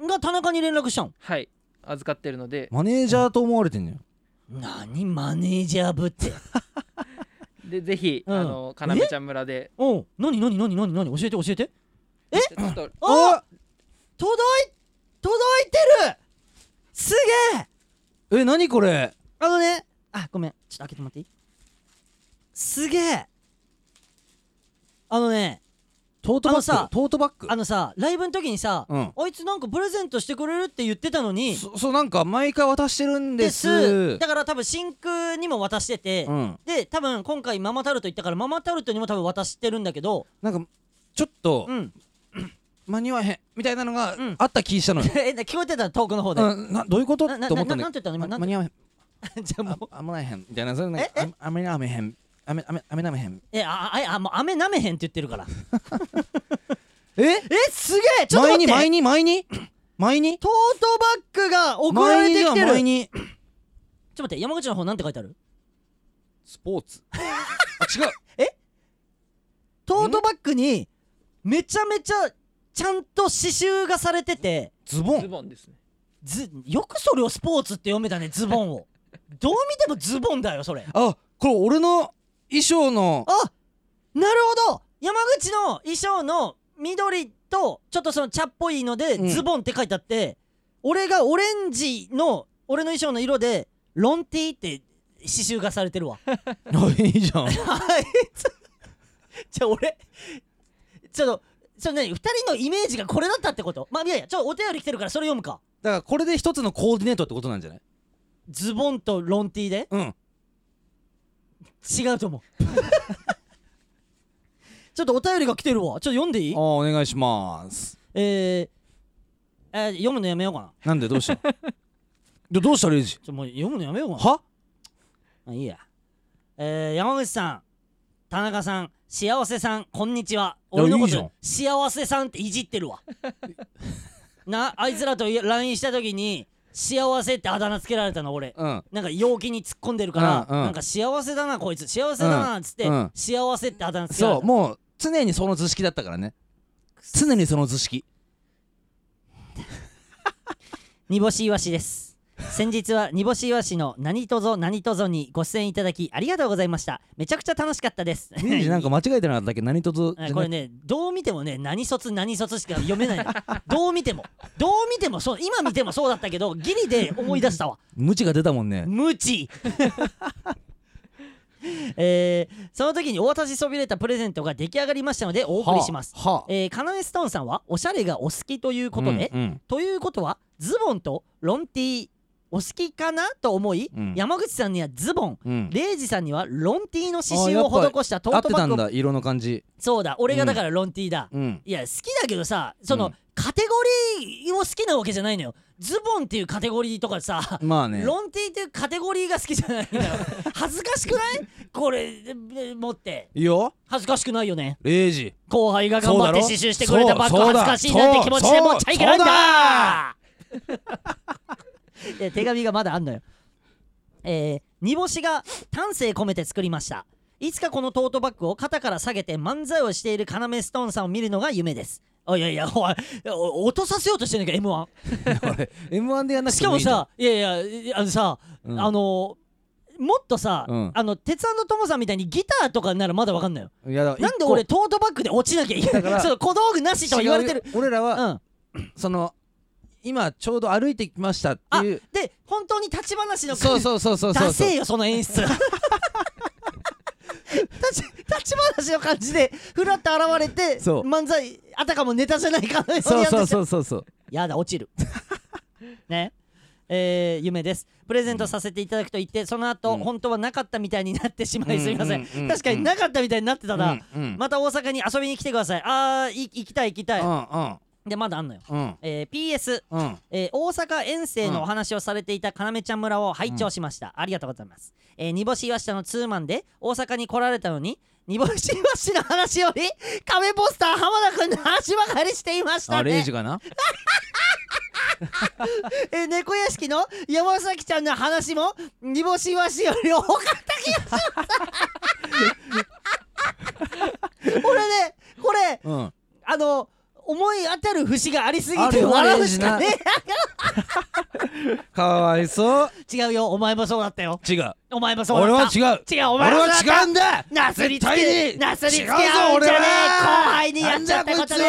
A: わが田中に連絡したの
C: はい預かっているので
B: マネージャーと思われてんのよ
A: 何マネージャーぶって
C: でぜひ
A: うん
C: あのかなめちゃん村で
A: おう何何何何何教えて教えてえ
C: ちょっと
A: あ届い届いてるすげえ
B: え何これ
A: あのねあごめんちょっと開けてもらっていいすげえあのね
B: トートバ
A: あの
B: ッ
A: さ
B: グトートバッグ
A: あのさライブの時にさ、
B: うん
A: あいつなんかプレゼントしてくれるって言ってたのに
B: そそうなんか毎回渡してるんです
A: だから多分真空にも渡してて、
B: うん
A: で多分今回ママタルト行ったからママタルトにも多分渡してるんだけど
B: なんかちょっと
A: うん
B: 間に合わへんみたいなのが
A: うん
B: あった気した のよ
A: え聞こえてた遠くの方で、
B: うんなどういうこと
A: なな
B: と思ったん
A: な
B: だ
A: なんて
B: け
A: 言ったの今
B: ど
A: なん
B: 間
A: て
B: に合わへん
A: じゃあもう
B: ああまらへんみたいなそれなんか
A: ええ
B: ああまりなめへんあめあめあめなめへん
A: えあああもう雨なめへんって言ってるから
B: え
A: えすげえちょっと
B: 前
A: 待
B: に
A: って
B: 前に 前に前に
A: トートバッグが送られてきてる
B: 前に
A: ちょっと待って山口の方なんて書いてある
B: スポー ツあ違う
A: トートバッグにめちゃめちゃちゃんと刺繍がされてて
B: ズボ
C: ズ
B: ン
C: ボンですね
A: ずよくそれをスポーツって読めたねズボンを どう見てもズボンだよそれ
B: あこれ俺の衣装の
A: あなるほど山口の衣装の緑とちょっとその茶っぽいので、
B: うん
A: ズボンって書いてあって俺がオレンジの俺の衣装の色でロンティーって刺繍がされてるわ
B: あ いいじゃん
A: はいじゃあ俺ちょっとそれ何2人のイメージがこれだったってことまあいやいやちょお手り来てるからそれ読むか
B: だからこれで一つのコーディネートってことなんじゃない
A: ズボンとロンティーで
B: うん
A: 違うと思う ちょっとお便りが来てるわちょっと読んでいい
B: あお願いします
A: えーえー読むのやめようかな
B: なんでどう したどどうしたレイジ
A: ちょもう読むのやめようか
B: は
A: なあいいや、えー山口さん田中さん幸せさんこんにちはい
B: や
A: 俺のこ
B: いいじゃん
A: と幸せさんっていじってるわ なあいつらと LINE した時に幸せってあだ名つけられたの俺
B: うん
A: なんか陽気に突っ込んでるから、
B: うんうん
A: なんか幸せだなこいつ幸せだなっつって、
B: うんうん
A: 幸せってあだ名つけられ
B: そ
A: た
B: うもう常にその図式だったからね常にその図式
A: 煮干しいわしです先日は煮干しいわしの何とぞ何とぞにご出演いただきありがとうございましためちゃくちゃ楽しかったです
B: レイジなんか間違えてなかったっけ何とぞじゃな
A: え
B: く
A: これねどう見てもね何卒何卒しか読めないのどう見てもどう見てもそう今見てもそうだったけどギリで思い出したわ
B: 無知が出たもんね
A: 無知 えーその時にお渡しそびれたプレゼントが出来上がりましたのでお送りします、
B: はあ
A: えー、カナエストーンさんはおしゃれがお好きということで、
B: うんうん
A: ということはズボンとロンティーお好きかなと思い、
B: うん
A: 山口さんにはズボン
B: うん
A: レイジさんにはロンティーの刺
B: あ
A: 繍
B: やっぱ
A: を施したト
B: 合
A: ー
B: っ
A: ト
B: て
A: バ
B: た
A: ッ
B: ん
A: グ
B: だ色の感じ
A: そうだ俺がだからロンティーだ、
B: うん
A: いや好きだけどさその、
B: うん
A: カテゴリーを好きなわけじゃないのよズボンっていうカテゴリーとかさ、
B: まあね
A: ロンティーっていうカテゴリーが好きじゃないのよ恥ずかしくないこれえ持って
B: いいよ
A: 恥ずかしくないよね
B: レイジ
A: 後輩が頑張って刺繍してくれたバッグ
B: そ
A: 恥ず
B: うだろ
A: かしいなんて気持ちで持っちゃいけないんだいや手紙がまだあんのよえー煮干しが丹精込めて作りましたいつかこのトートバッグを肩から下げて漫才をしている要ストーンさんを見るのが夢ですあいやいやおいお落とさせようとしてんねんか m
B: 俺 M1 でやん
A: 1
B: なく
A: してか
B: も
A: も
B: いいじゃん
A: さいやいやあのさ、
B: うん
A: あのもっとさ、
B: うん
A: あの鉄腕のトモさんみたいにギターとかならまだわかんないよ
B: いやだから
A: なんで俺トートバッグで落ちなきゃいけ
B: だか
A: ない
B: ら
A: その小道具なしとは言われてる
B: 違うよ俺ら
A: う
B: は
A: ん
B: その今ちょうど歩いてきましたっていう
A: で本当に立ち話の
B: そうそうそうそうそう
A: 出
B: そう
A: せよその演出 立ち立ち話の感じでふらっと現れて
B: そう
A: 漫才あたかもネタじゃないかのように
B: そう
A: やって
B: そう
A: て
B: そうそうそう
A: やだ落ちる ねえー夢ですプレゼントさせていただくと言ってその後、
B: うん
A: 本当はなかったみたいになってしまいすみません,、
B: うんうんうん
A: 確かになかったみたいになってたら、
B: うんうん
A: また大阪に遊びに来てくださいあーい行きたい行きたい、でまだあんのよ、
B: うんうん
A: えー PS
B: うんうん
A: えー大阪遠征のお話をされていたかなめちゃん村を拝聴しました、ありがとうございます、えー煮干し岩下のツーマンで大阪に来られたのに煮干し岩下の話より壁ポスター浜田君の話ばかりしていました
B: あレイ
A: ね
B: ジ、かな
A: えー猫屋敷の山崎ちゃんの話も煮干し岩下より多かった気がします俺ねこれ
B: うん
A: あの思い当たる節がありすぎ
B: ある
A: て
B: よ
A: 笑うしかね
B: かわいそう
A: え違うよお前もそうだったよ
B: 違う
A: お前もそうだった
B: 俺は違う
A: 違うお前
B: 俺
A: もそうだ
B: は
A: った
B: 違うんだ
A: なすり
B: 絶
A: つけ
B: 対に
A: なすりつけ
B: 違うぞ
A: 合うん
B: 俺
A: じゃねえ
B: は
A: 後輩にやっちゃったことね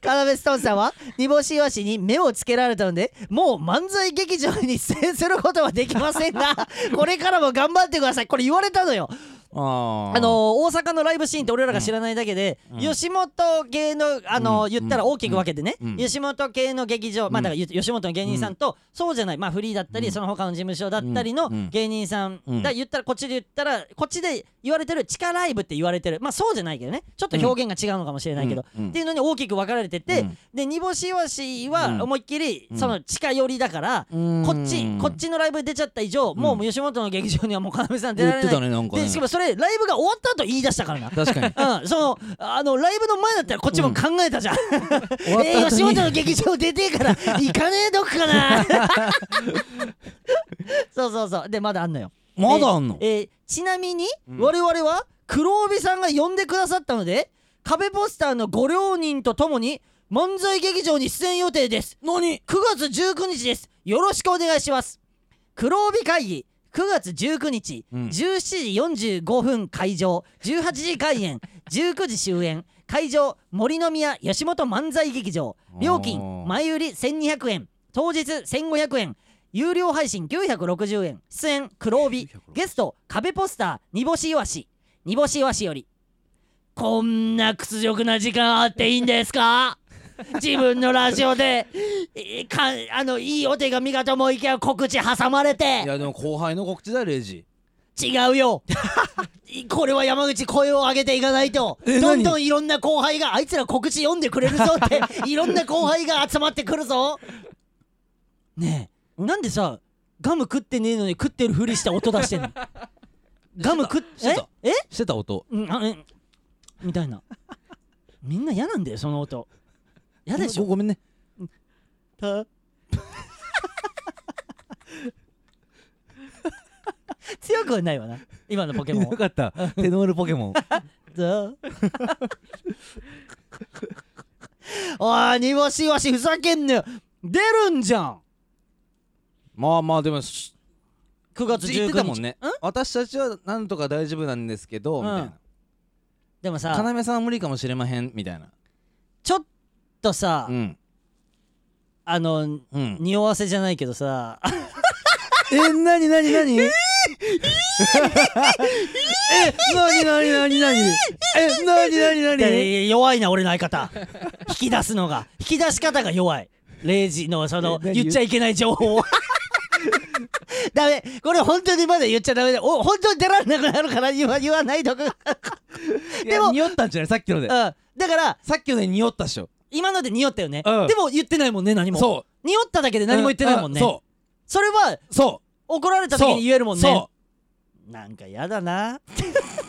A: カナベストーンさんは煮干しイワシに目をつけられたのでもう漫才劇場に出演することはできません がこれからも頑張ってくださいこれ言われたのよ
B: あー
A: あの大阪のライブシーンって俺らが知らないだけで、吉本系のあの、
B: うん
A: 言ったら大きく分けてね、
B: うん
A: 吉本系の劇場、まあだからゆ吉本の芸人さんと、そうじゃないまあフリーだったり、
B: うん
A: その他の事務所だったりの
B: うん
A: 芸人さん、
B: うん
A: だ言ったらこっちで言ったらこっちで言われてる地下ライブって言われてるまあそうじゃないけどねちょっと表現が違うのかもしれないけど、
B: うんうん
A: っていうのに大きく分かられてて、
B: うん
A: で煮干しわし
B: うん
A: は思いっきりその地下寄りだから、
B: うん
A: こっちこっちのライブ出ちゃった以上、もう吉本の劇場にはもう要さん出
B: 言
A: ら
B: っ
A: れ
B: て
A: ない
B: たねなんかね
A: でしかもそれライブが終わった後言い出したからな
B: 確かに
A: うん、そのあのライブの前だったらこっちも考えたじゃん、
B: 終わっ
A: えー
B: た後
A: 吉
B: に
A: 本の劇場出てえから行かねえどっかなそうそうそうでまだあんのよ
B: まだあんの
A: えーえーちなみに我々は黒帯さんが呼んでくださったので壁ポスターのご両人とともに漫才劇場に出演予定です
B: 何
A: 9月19日ですよろしくお願いします黒帯会議9月19日、
B: うん
A: 17時45分会場18時開 演19時終演会場森の宮吉本漫才劇場料金
B: おー
A: 前売り1200円当日1500円有料配信960円出演黒帯ゲスト壁ポスター煮干しイワシ煮干しイワシよりこんな屈辱な時間あっていいんです か自分のラジオでえかあのいいお手紙がともいけば告知挟まれ
B: い
A: て
B: やでも後輩の告知だよレイジ
A: 違う よこれは山口声を上げていかないと
B: え
A: どんどん
B: 何
A: いろんな後輩があいつら告知読んでくれるぞって いろんな後輩が集まってくるぞねえなんでさガム食ってねえのに食ってるふりして音出してん のガム食っ
B: してた
A: ええ
B: してた音
A: うんあえみたいなみんな嫌なんだよその音嫌でし
B: ご
A: ょ
B: ごめんね
A: た強くはないわな今のポケモン
B: よ かったテノールポケモン
A: たおい煮干しわしふざけんなよ出るんじゃん
B: まあまあでもし
A: 9月
B: 言
A: 19
B: って
A: 日
B: たもんね私たちはなんとか大丈夫なんですけど
A: うん
B: みたいな
A: でも
B: 要
A: さ
B: さんは無理かもしれまへんみたいな
A: ちょっとさ、
B: うん
A: あの
B: うん
A: 匂わせじゃないけどさ
B: えなになにな にえなになになになにえなになになに
A: で弱いな俺の相 方引き出すのが引き出し方が弱い0時のその
B: え何
A: 言っちゃいけない情報を ダメこれ本当にまだ言っちゃダメだお本当に出られなくなるから言わ言わないとく、うん、で
B: で
A: も
B: も匂ったんじゃないさっきので
A: だから
B: さっきので匂ったっしょ
A: 今ので匂ったよね、
B: うん
A: でも言ってないもんね何も
B: そ
A: 匂っただけで
B: う
A: 何も言ってないもんね、
B: うそ
A: それは
B: うそ
A: 怒られ
B: う
A: た時に言えるもん
B: そう
A: ねなんかやだな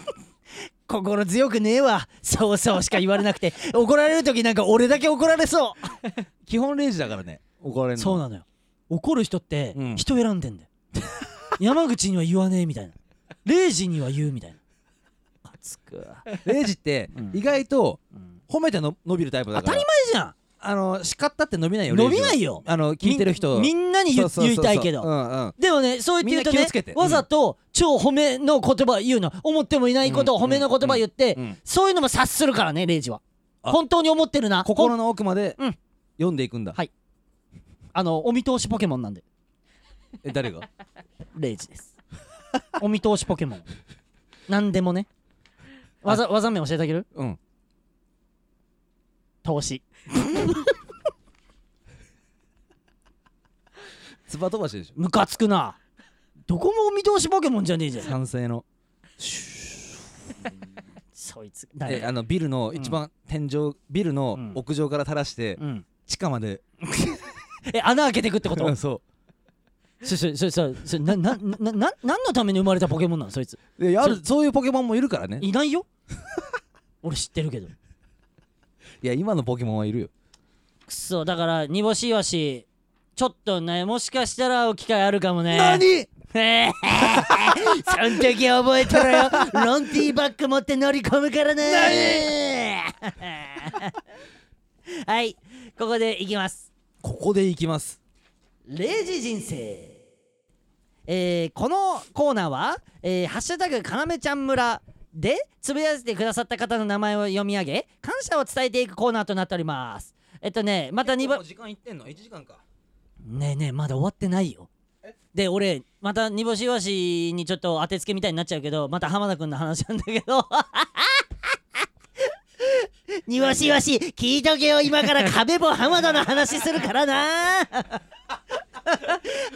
A: 心強くねえわそうそうしか言われなくて怒られる時なんか俺だけ怒られそう
B: 基本レイジだからね怒られるの
A: そう なのよ怒る人って
B: うん
A: 人選んでん だよ、山口には言わねえみたいな0時には言うみたいなあつくわ
B: レイジって
A: うん
B: 意外と
A: うん
B: 褒めての伸びるタイプだ
A: 当た
B: から
A: り前じゃん
B: あの叱ったって伸びないよ
A: 伸び
B: レイジは
A: ないよ
B: あの聞いてる人
A: みみんなに言
B: そううそうそ
A: 言
B: う
A: い
B: そ
A: うたいけど、
B: うんうん
A: でもねそう言って
B: みん
A: 言う
B: な気をつ
A: と
B: けて
A: ねわざと超褒めの言葉言うの思ってもいないうことを
B: ん
A: 褒めの言葉言って、
B: うん
A: そういうのも察するからねレイジは
B: あ
A: 本当に思ってるな
B: 心
A: ほん
B: の奥まで
A: うん
B: 読んでいくんだ
A: はいあのお見通しポケモンなんで
B: え誰 が
A: レイジです お見通しポケモン何でもね技技名教えてあげる
B: うん
A: 投資
B: つば飛ばしでしょ
A: ムカつくなどこもお見通しポケモンじゃねえじゃん
B: 賛成の
A: そいつ
B: え
A: 誰
B: あのビルの一番天井ビルの
A: うん
B: 屋上から垂らして
A: うん
B: 地下まで
A: え穴開けてくってこと
B: うんそ
A: そそそそそななななな何のために生まれたポケモンなのそいつ
B: うである
A: そ
B: そういうポケモンもいるからね
A: いないよ俺知ってるけど
B: いや今のポケモンはいるよ
A: くそだから煮干しイワシちょっとねもしかしたら会う機会あるかもね
B: 何
A: えーそん時覚えとろよロンティーバッグ持って乗り込むからねはいここでいきます
B: ここで行きます
A: 0時人生えーこのコーナーは「えーハッシュタグかなめちゃん村」でつぶやいてくださった方の名前を読み上げ感謝を伝えていくコーナーとなっておりますえっとねまた2番
B: 時間いってんの1時間か
A: ねえねえまだ終わってないよで俺また煮干しわしにちょっと当てつけみたいになっちゃうけどまた浜田君の話なんだけ ど煮干しわし聞いとけよ今から壁も浜田の話するから な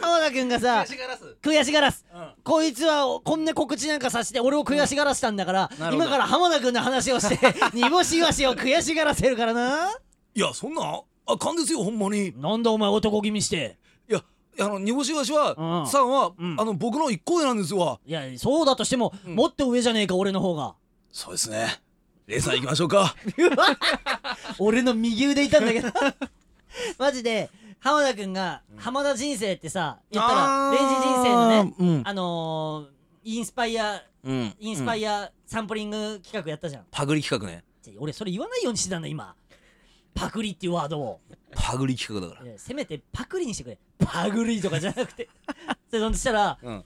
A: 浜田君がさ
B: がらす
A: 悔しがらす、
B: ん
A: こいつはこんな告知なんかさせて俺を悔しがらせたんだから、
B: なるほど
A: 今から浜田君の話をして煮干しわしを悔しがらせるからない
B: やそんなあかんですよほんまにい
A: なんだお前男気味して
B: やあの煮干しわし
A: うん
B: はさんは
A: うん
B: あの僕の一個上なんですわ
A: いやそうだとしても、もっと上じゃねえか俺の方 が
B: そうですねレイさん行きましょうか
A: 俺の右腕いたんだけどマジで浜田君が「浜田人生」ってさ 言ったら
B: あ
A: レ
B: ー
A: イジ人生のね
B: うん
A: あのー、インスパイア
B: うん
A: インスパイアサンプリング企画やったじゃん、
B: パグリ企画ね
A: ちょ俺それ言わないようにしてたんだ今パクリっていうワードを
B: パグリ企画だか
A: いやせめてパクリにしてくれパグリとかじゃなくて でそんでしたら
B: らうん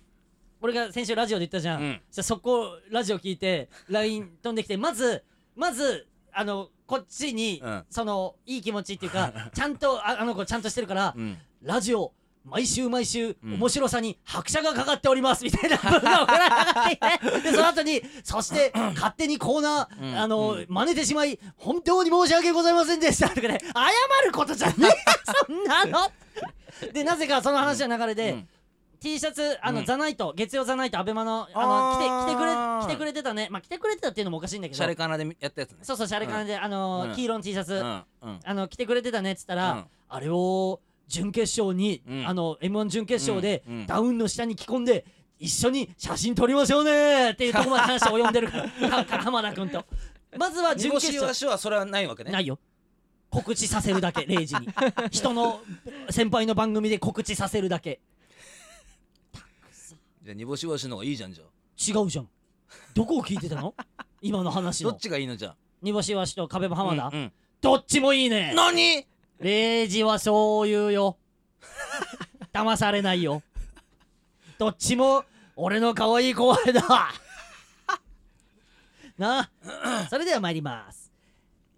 A: 俺が先週ラジオで言ったじゃん、
B: うん
A: じゃあそこラジオ聞いて LINE 飛んできてまずまずあのこっちに、
B: うん
A: そのいい気持ちっていう かちゃんとああの子ちゃんとしてるから、
B: うん
A: ラジオ毎週毎週、
B: うん
A: 面白さに拍車がかかっておりますみたい な文が送られてきてでその後にそして勝手にコーナー、
B: うん
A: あの、
B: うん
A: 真似てしまい本当に申し訳ございませんでしたとかね謝ることじゃないそんなのでなぜかその話の流れで、
B: うん
A: T シャツあの、
B: うん
A: ザナイト月曜ザナイトアベマのあの
B: あー
A: 来て来てくれ来てくれてたねまあ来てくれてたっていうのもおかしいんだけど
B: シャレカナでやったやつね
A: そうそうシャレ感で、あのー
B: うん
A: 黄色の T シャツ、
B: うんうん
A: あの来てくれてたねっつったら、
B: うん
A: あれを準決勝に、
B: うん
A: あの m 1準決勝で、
B: うんうん
A: ダウンの下に着込んで一緒に写真撮りましょうねっていうとこまで話を及 んでるからか浜田君とまずは
B: 煮
A: 準
B: 干
A: 決
B: し
A: 勝
B: わしはそれはないわけね
A: ないよ告知させるだけ0時に人の先輩の番組で告知させるだけ
B: じゃあ煮干しわしの方がいいじゃんじゃあ
A: 違うじゃんどこを聞いてたの 今の話
B: ど
A: の
B: っちがいいのじゃあ
A: 煮干しわしと壁も浜田、
B: うんうん
A: どっちもいいね
B: 何
A: レイジはそう言うよ騙されないよどっちも俺の可愛い後輩だなあそれでは参ります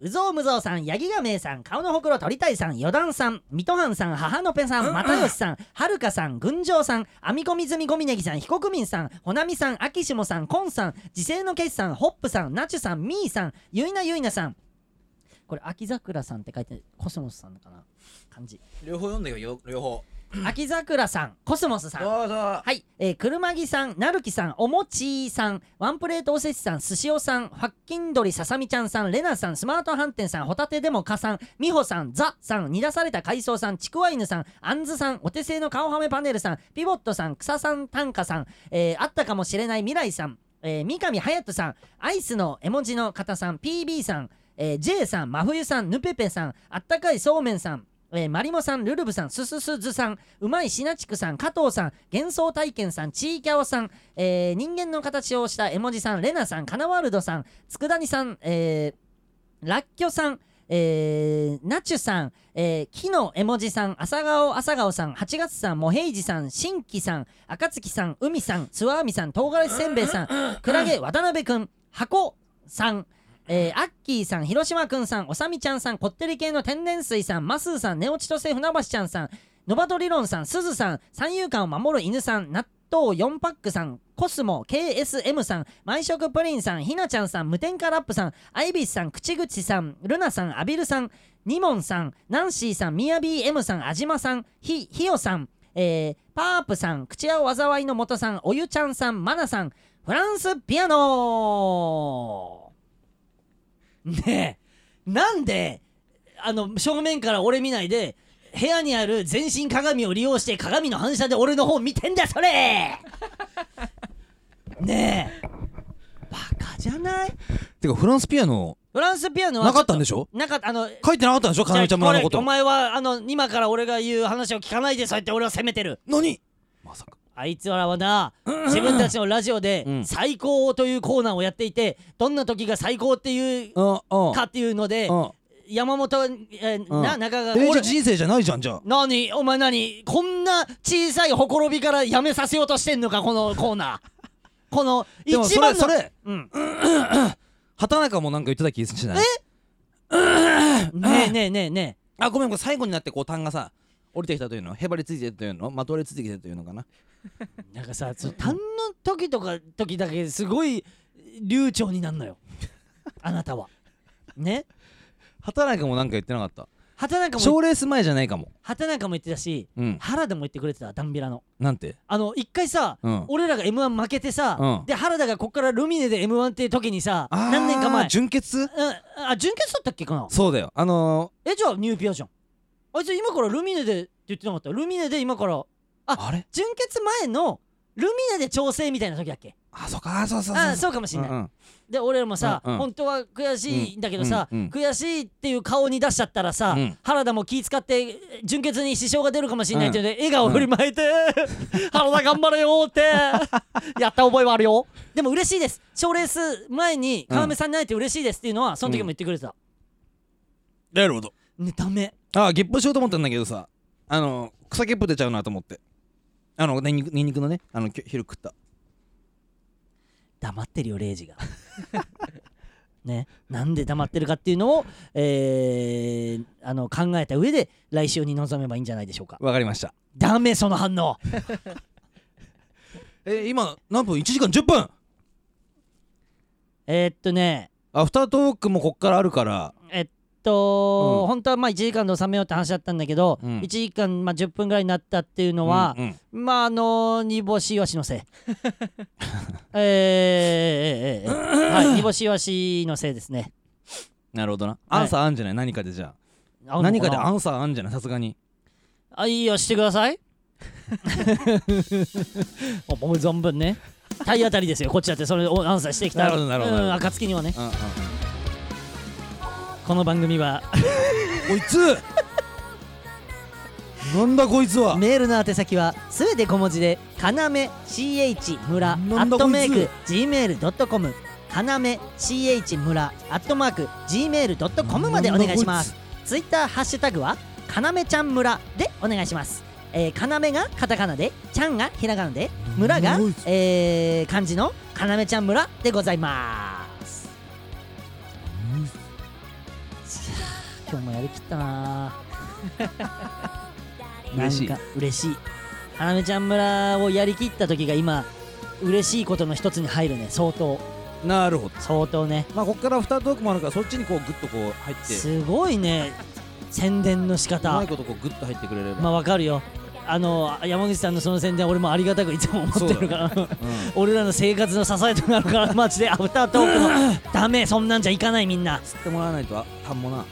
A: うぞうむぞうさん、八木がめいさん、顔のほくろ鳥谷さん、よだんさん、水戸藩さん、母のぺさん、又吉さん、はるかさん、群青さん、編み込み済みごみねぎさん、被告民さん、ほなみさん、あきしもさん、こんさん、時勢のけしさん、ホップさん、なちゅさん、みーさん、ゆいなゆいなさん。これ、秋桜さんって書いて、コスモスさんかな感じ。
B: 両方読んでよ両方
A: 秋桜さん、コスモスさん。
B: うぞ
A: はい、えー、車木さん、なるきさん、おもちさん、ワンプレートおせちさん、すしおさん、ファッキンドリささみちゃんさん、れなさん、スマート飯店さん、ホタテでもかさん、みほさん、ザさん、煮出された海藻さん、ちくわ犬さん、あんずさん、お手製の顔はめパネルさん、ピボットさん、草さん、短歌さん、えー、あったかもしれない未来さん、えー、三上隼人さん、アイスの絵文字の方さん、PB さん、えー、J さん、真冬さん、ぬぺぺさん、あったかいそうめんさん、えー、マリモさん、ルルブさん、すすすずさん、うまいしなちくさん、加藤さん、幻想体験さん、ちいきゃおさん、えー、人間の形をした絵文字さん、レナさん、かなワールドさん、つくだにさん、えー、らっきょさん、えー、なちゅさん、えー、木の絵文字さん、朝顔朝顔さん、8月さん、もへいじさん、新規さん、赤月さん、海さん、つわあみさん、唐辛子せんべいさん、クラゲ渡辺くん、箱さん、えー、アッキーさん、広島くんさん、おさみちゃんさん、こってり系の天然水さん、マスーさん、ネオチトセ船橋ちゃんさん、ノバト理論さん、すずさん、三遊間を守る犬さん、納豆4パックさん、コスモ、KSM さん、毎食プリンさん、ひなちゃんさん、無添加ラップさん、アイビスさん、くちぐちさん、ルナさん、アビルさん、ニモンさん、ナンシーさん、ミヤビー M さん、アジマさん、ひ、ひよさん、えー、パープさん、口青災いの元さん、おゆちゃんさん、マナさん、フランスピアノねえ、なんで、あの、正面から俺見ないで、部屋にある全身鏡を利用して鏡の反射で俺の方見てんだよそ れねえ、バカじゃない
B: てかフランスピアノ
A: フランスピアノは
B: なかったんで
A: し
B: しょ
A: ょなかった、あの、
B: 書いてなかったんでしょかなみちゃん村のこ
A: じゃあ
B: と
A: お前はあの今から俺が言う話を聞かないでそうやって俺を責めてる
B: 何まさか
A: あいつらはな自分たちのラジオで
B: うん
A: 「最高」というコーナーをやっていてどんな時が最高っていう
B: うんうん
A: かっていうので山本、えー
B: うん
A: な中川
B: うんえじゃ
A: 俺
B: あ人生じゃないじゃんじゃあ
A: 何お前何こんな小さいほころびからやめさせようとしてんのかこのコーナー この一
B: でも
A: 番
B: そ
A: の
B: れそれ
A: うん、
B: 畑中もなんか言ってた気しない
A: ねえねえねえね
B: あごめんごめん最後になってこう単がさ降りてきたというのへばりついてるというのまとわりついてきてるというのかな
A: えなんかさその単の時とか時だけすごい流暢になんのよあなたはね
B: 畑中もなんか言ってなかった
A: 畑中も
B: 賞レース前じゃないかも
A: 畑中も言ってたし
B: うん
A: 原田も言ってくれてたダンビラの
B: なんて
A: あの一回さ、
B: うん
A: 俺らが m 1負けてさ、
B: うん
A: で原田がこっからルミネで m 1っていう時にさ
B: あー
A: 何年か前
B: 純潔
A: うん、あ準決だったっけかな
B: そうだよあの
A: えじゃあニューピアじゃんあいつ今からルミネでって言ってなかったルミネで今から
B: ーあれ
A: 準決前のルミネで調整みたいな時だっけ
B: あそうかあそうそうそう
A: あそうかもしんない、
B: うんうん
A: で俺らもさ、
B: うんうん
A: 本当は悔しいんだけどさ、
B: うんうんうん
A: 悔しいっていう顔に出しちゃったらさ、
B: うん
A: 原田も気使って純潔に支障が出るかもしれないっていうので、笑顔振りまいて「原田頑張れよ」って やった覚えはあるよでも嬉しいです賞レース前に
B: うん
A: 川目さんに会えて嬉しいですっていうのはその時も言ってくれてた、
B: なるほど
A: ねダメ
B: あゲップしようと思ったんだけどさあの草ゲップ出ちゃうなと思ってあのニンニクニンニクのねあのきょ昼食った
A: 黙ってるよレイジが ねなんで黙ってるかっていうのを、えーあの考えた上で来週に臨めばいいんじゃないでしょうか
B: わかりました
A: ダメその反応
B: え今何分1時間10分
A: えーっとね
B: アフタートークもこっからあるから
A: えっと、
B: うん
A: 本当はまあ1時間で収めようって話だったんだけど、
B: うん
A: 1時間まあ10分ぐらいになったっていうのは
B: う、んうん
A: まああの煮干しイワシの せいえーえーえーえーはい煮干しイワシのせいですね
B: なるほどな
A: はい
B: アンサーあんじゃない何かでじゃ
A: 合
B: あ
A: うの
B: 何かで
A: な
B: アンサーあんじゃないさすがに
A: あいいよしてくださ い思う存分ね体当たりですよこっちだってそれをアンサーしてきた
B: なるほどなるほどな
A: う
B: るほ
A: ん
B: ど
A: 暁にはね
B: うんうん
A: この番組は
B: こいつ なんだこいつは
A: メールの宛先はすべて小文字で「かなめ CH 村」ア
B: なん
A: ッ
B: だ
A: ト
B: こいつ
A: メイク Gmail.com かなめ CH 村アットマーク Gmail.com までお願いしますツイッターハッシュタグはかなめちゃん村でお願いしますえー、かなめがカタカナでちゃんがひらがなで村が
B: なんだこい、つ
A: えー、漢字のかなめちゃん村でございます今日もやりきった なぁ
B: 嬉しい
A: なんか嬉しい花芽ちゃん村をやりきった時が今嬉しいことの一つに入るね相当
B: なるほど
A: 相当ね
B: まあこっからアフタートークもあるからそっちにこうグッとこう入って
A: すごいね宣伝の仕
B: う
A: 方
B: まいことこうグッと入ってくれれば
A: まあわかるよあの山口さんのその宣伝俺もありがたくいつも思ってるから、
B: うん
A: 俺らの生活の支えとなるからマジでアフタートークのダメそんなんじゃいかないみんな
B: 吸ってもらわないとあたんもな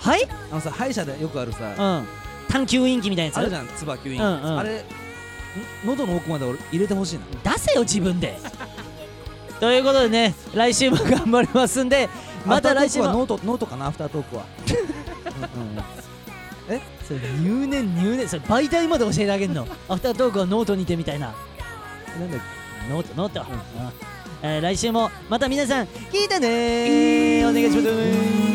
A: はい
B: あのさ歯医者でよくあるさ
A: うん探求インキみたいな
B: あ
A: やつ
B: るじゃん唾吸
A: う
B: 引、
A: んうん
B: あれん喉の奥まで俺入れてほしいな
A: 出せよ自分でということでね来週も頑張りますんでまた来週
B: アフター
A: も
B: トークはノートノートかなアフタートー クはうんうんうん
A: それ入念入念それ媒体まで教えてあげんのアフタートークはノートにてみたいな
B: なんだっ
A: ノートノート、うんえー来週もまた皆さん聞いてねーお願いします